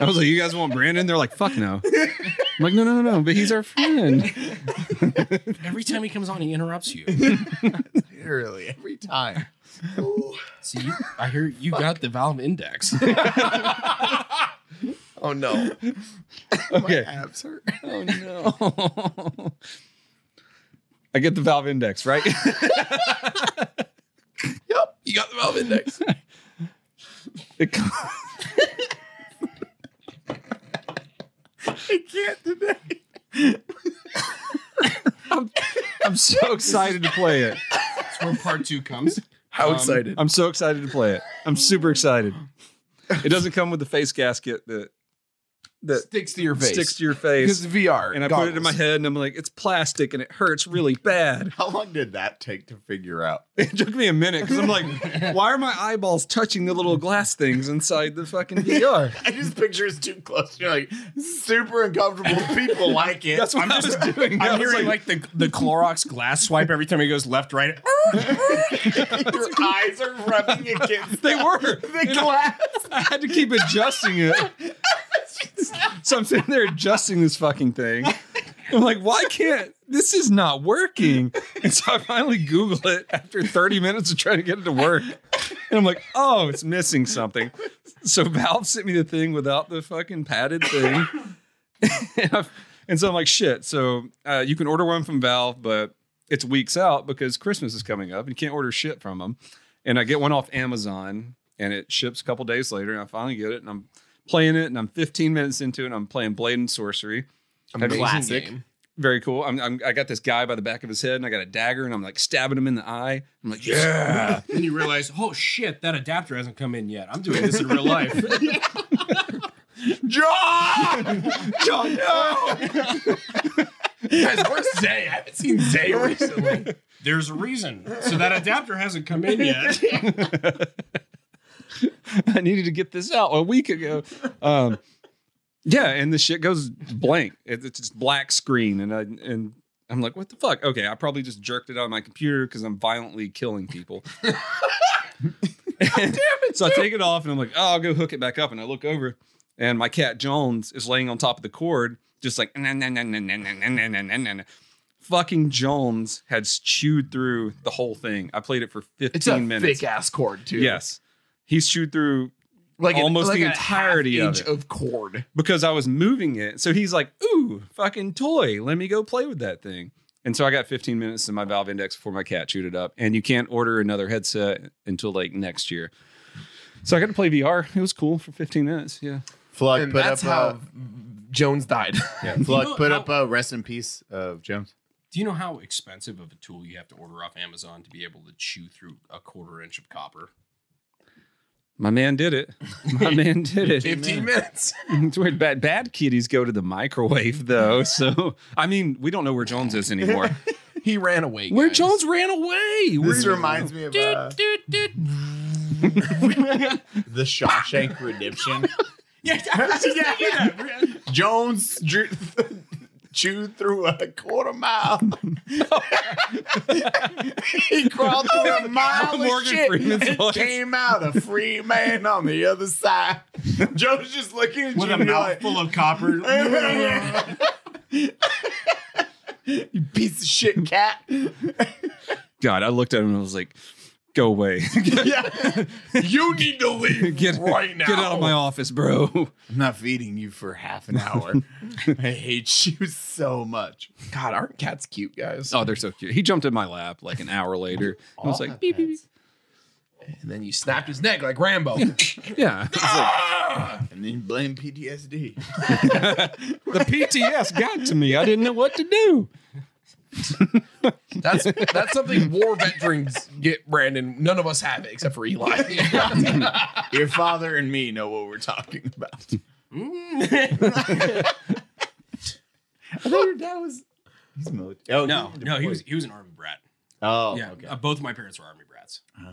Speaker 2: I was like, you guys want Brandon? They're like, fuck no. I'm like, no, no, no, no. But he's our friend.
Speaker 4: Every time he comes on, he interrupts you.
Speaker 3: Literally, every time.
Speaker 4: See, you, I hear you got the Valve Index.
Speaker 1: Oh, no.
Speaker 2: Okay.
Speaker 3: My abs hurt.
Speaker 2: Oh no. I get the Valve Index, right?
Speaker 3: Yep.
Speaker 1: You got the Valve Index.
Speaker 2: It com-
Speaker 3: I can't today.
Speaker 2: I'm so excited to play it.
Speaker 4: That's where part two comes.
Speaker 1: How
Speaker 4: Um,
Speaker 1: excited.
Speaker 2: I'm so excited to play it. I'm super excited. It doesn't come with the face gasket that that
Speaker 1: sticks to your face.
Speaker 2: sticks to your
Speaker 1: Because
Speaker 2: face.
Speaker 1: VR.
Speaker 2: And I put it in my
Speaker 1: goggles.
Speaker 2: head and I'm like, it's plastic and it hurts really bad.
Speaker 3: How long did that take to figure out?
Speaker 2: It took me a minute because I'm like, why are my eyeballs touching the little glass things inside the fucking VR?
Speaker 3: I just picture it's too close. You're like super uncomfortable. People like it.
Speaker 2: That's what i was doing. I
Speaker 4: I'm
Speaker 2: was
Speaker 4: hearing like, the, the Clorox glass swipe every time he goes left, right.
Speaker 3: Your eyes are rubbing against
Speaker 2: they were.
Speaker 3: the glass.
Speaker 2: I had to keep adjusting it. So I'm sitting there adjusting this fucking thing. I'm like, why can't this is not working? And so I finally Google it after 30 minutes of trying to get it to work. And I'm like, oh, it's missing something. So Valve sent me the thing without the fucking padded thing. and, I've- and so I'm like, shit. So uh, you can order one from Valve, but it's weeks out because Christmas is coming up and you can't order shit from them. And I get one off Amazon and it ships a couple days later. And I finally get it and I'm playing it and I'm 15 minutes into it and I'm playing Blade and Sorcery.
Speaker 1: Amazing
Speaker 3: Classic.
Speaker 1: game.
Speaker 2: Very cool. I'm, I'm, I got this guy by the back of his head and I got a dagger and I'm like stabbing him in the eye. I'm like, yeah.
Speaker 4: Then you realize, oh shit, that adapter hasn't come in yet. I'm doing this in real life.
Speaker 3: John!
Speaker 2: John, no.
Speaker 1: Guys, where's Zay? I haven't seen Zay recently.
Speaker 4: There's a reason. So that adapter hasn't come in yet.
Speaker 2: I needed to get this out a week ago. Um, yeah, and the shit goes blank. It, it's just black screen, and I and I'm like, what the fuck? Okay, I probably just jerked it out of my computer because I'm violently killing people. And so I take it off, and I'm like, oh, I'll go hook it back up, and I look over, and my cat Jones is laying on top of the cord, just like "Nah, nah, nah, nah, nah, nah, nah, nah, nah, nah, nah, nah." Fucking Jones had chewed through the whole thing. I played it for 15
Speaker 1: It's a
Speaker 2: minutes.
Speaker 1: thick ass cord, too.
Speaker 2: Yes. He's chewed through
Speaker 3: like an-
Speaker 2: almost
Speaker 3: like
Speaker 2: the
Speaker 3: a
Speaker 2: entirety
Speaker 3: half
Speaker 2: of
Speaker 3: inch
Speaker 2: it.
Speaker 3: of cord.
Speaker 2: because I was moving it. So he's like, "Ooh, fucking toy! Let me go play with that thing." And so I got 15 minutes in my Valve Index before my cat chewed it up. And you can't order another headset until like next year. So I got to play VR. It was cool for 15 minutes. Yeah.
Speaker 3: Flug
Speaker 1: and
Speaker 3: put
Speaker 1: that's
Speaker 3: up
Speaker 1: how
Speaker 3: a,
Speaker 1: Jones died.
Speaker 3: yeah,
Speaker 4: You know
Speaker 3: Flug put
Speaker 4: how-
Speaker 3: up a rest in peace uh, of Jones.
Speaker 4: Do you know how expensive of a tool you have to order off Amazon to be able to chew through a quarter inch of copper?
Speaker 2: My man did it. My man did it.
Speaker 1: Fifteen minutes.
Speaker 2: It's weird. Bad, bad kitties go to the microwave, though. So, I mean, we don't know where Jones is anymore.
Speaker 1: He ran away.
Speaker 2: Where
Speaker 1: guys.
Speaker 2: Jones ran away.
Speaker 3: This
Speaker 2: Where-
Speaker 3: reminds me of uh,
Speaker 4: Dude, dude.
Speaker 3: the Shawshank Redemption.
Speaker 4: Yeah, I was just thinking that.
Speaker 3: Jones drew, chewed through a quarter mile. he crawled through a mile of
Speaker 2: Morgan
Speaker 3: shit
Speaker 2: Freeman's
Speaker 3: and
Speaker 2: voice.
Speaker 3: came out a free man on the other side. Jones just looking at
Speaker 4: With
Speaker 3: you
Speaker 4: a
Speaker 3: and you're like,
Speaker 4: mouthful of copper.
Speaker 3: you piece of shit cat.
Speaker 2: God, I looked at him and I was like, go away.
Speaker 3: yeah. You need to leave
Speaker 2: Get-
Speaker 3: right now.
Speaker 2: Get out of my office, bro.
Speaker 3: I'm not feeding you for half an hour. I hate you so much.
Speaker 1: God, aren't cats cute, guys?
Speaker 2: Oh, they're so cute. He jumped in my lap like an hour later. I was like, beep, beep, beep.
Speaker 1: And then you snapped his neck like Rambo.
Speaker 2: Yeah.
Speaker 3: And then blame PTSD.
Speaker 2: the PTS got to me. I didn't know what to do.
Speaker 1: that's that's something war veterans get, Brandon. None of us have it except for Eli.
Speaker 3: Your father and me know what we're talking about.
Speaker 4: Mm.
Speaker 3: I thought your dad was. He's military. Oh
Speaker 4: no, no, he was he was an army brat.
Speaker 3: Oh,
Speaker 4: yeah,
Speaker 3: okay.
Speaker 4: uh, both my parents were army brats.
Speaker 3: Oh.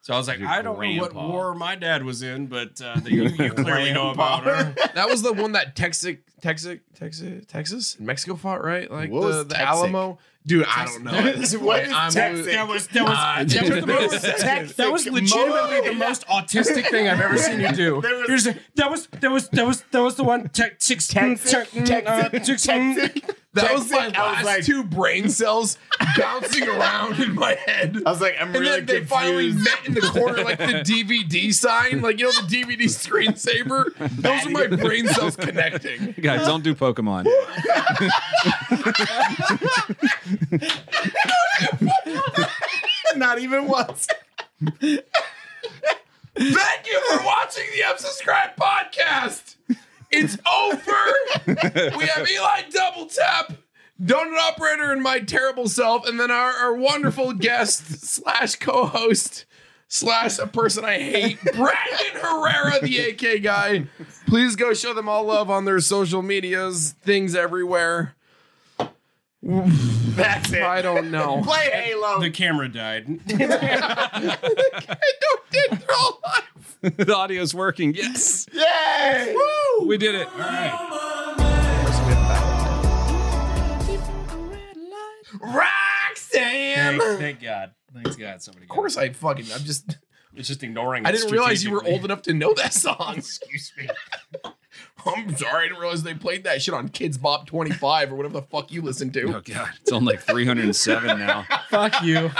Speaker 4: So I was like,
Speaker 3: Your
Speaker 4: I don't know
Speaker 3: grandpa.
Speaker 4: what war my dad was in, but uh, that you, you clearly know about her.
Speaker 1: that was the one that Texas, Texas, Texas, Texas, and Mexico fought, right? Like
Speaker 3: What
Speaker 1: the,
Speaker 3: was
Speaker 1: the
Speaker 3: Texic?
Speaker 1: Alamo. Dude, I don't know. at this
Speaker 3: What
Speaker 1: point.
Speaker 3: is
Speaker 1: I'm-
Speaker 3: Texic?
Speaker 4: That was that was, that, was the most,
Speaker 3: Texas.
Speaker 4: that was legitimately the most autistic thing I've ever seen you do.
Speaker 3: There was-
Speaker 4: There's a- that was that was that was that was the one tech six mm, tech uh,
Speaker 3: Texic,
Speaker 4: six mm.
Speaker 3: Texic.
Speaker 1: That
Speaker 3: Texic.
Speaker 1: was my
Speaker 3: I was
Speaker 1: last
Speaker 3: like-
Speaker 1: two brain cells bouncing around in my head.
Speaker 3: I was like, I'm
Speaker 1: and
Speaker 3: really
Speaker 1: then they
Speaker 3: confused.
Speaker 1: finally met in the corner, like the DVD sign, like you know the DVD screensaver. Those are my brain cells connecting.
Speaker 2: Guys, don't do Pokemon.
Speaker 3: Not even once.
Speaker 1: Thank you for watching the Unsubscribe podcast. It's over. we have Eli Double Tap, Donut Operator, and my terrible self, and then our, our wonderful guest slash co-host slash a person I hate, Brandon Herrera, the AK guy. Please go show them all love on their social medias, things everywhere.
Speaker 3: That's it.
Speaker 1: I don't know.
Speaker 3: Play Halo.
Speaker 4: The camera died.
Speaker 1: I don't did they're all live.
Speaker 2: the audio's working. Yes.
Speaker 3: Yay! Woo!
Speaker 2: We did it.
Speaker 1: Roxanne.
Speaker 4: Thank, thank God. Thanks God. Somebody.
Speaker 1: Of course, I fucking. I'm just.
Speaker 4: It's just ignoring.
Speaker 1: I
Speaker 4: it
Speaker 1: didn't realize you were
Speaker 4: strategically.
Speaker 1: old enough to know that song. Excuse me. I'm sorry. I didn't realize they played that shit on Kids Bop 25 or whatever the fuck you listen
Speaker 2: Oh,
Speaker 1: to.
Speaker 2: God. It's on like 307 now.
Speaker 4: Fuck you.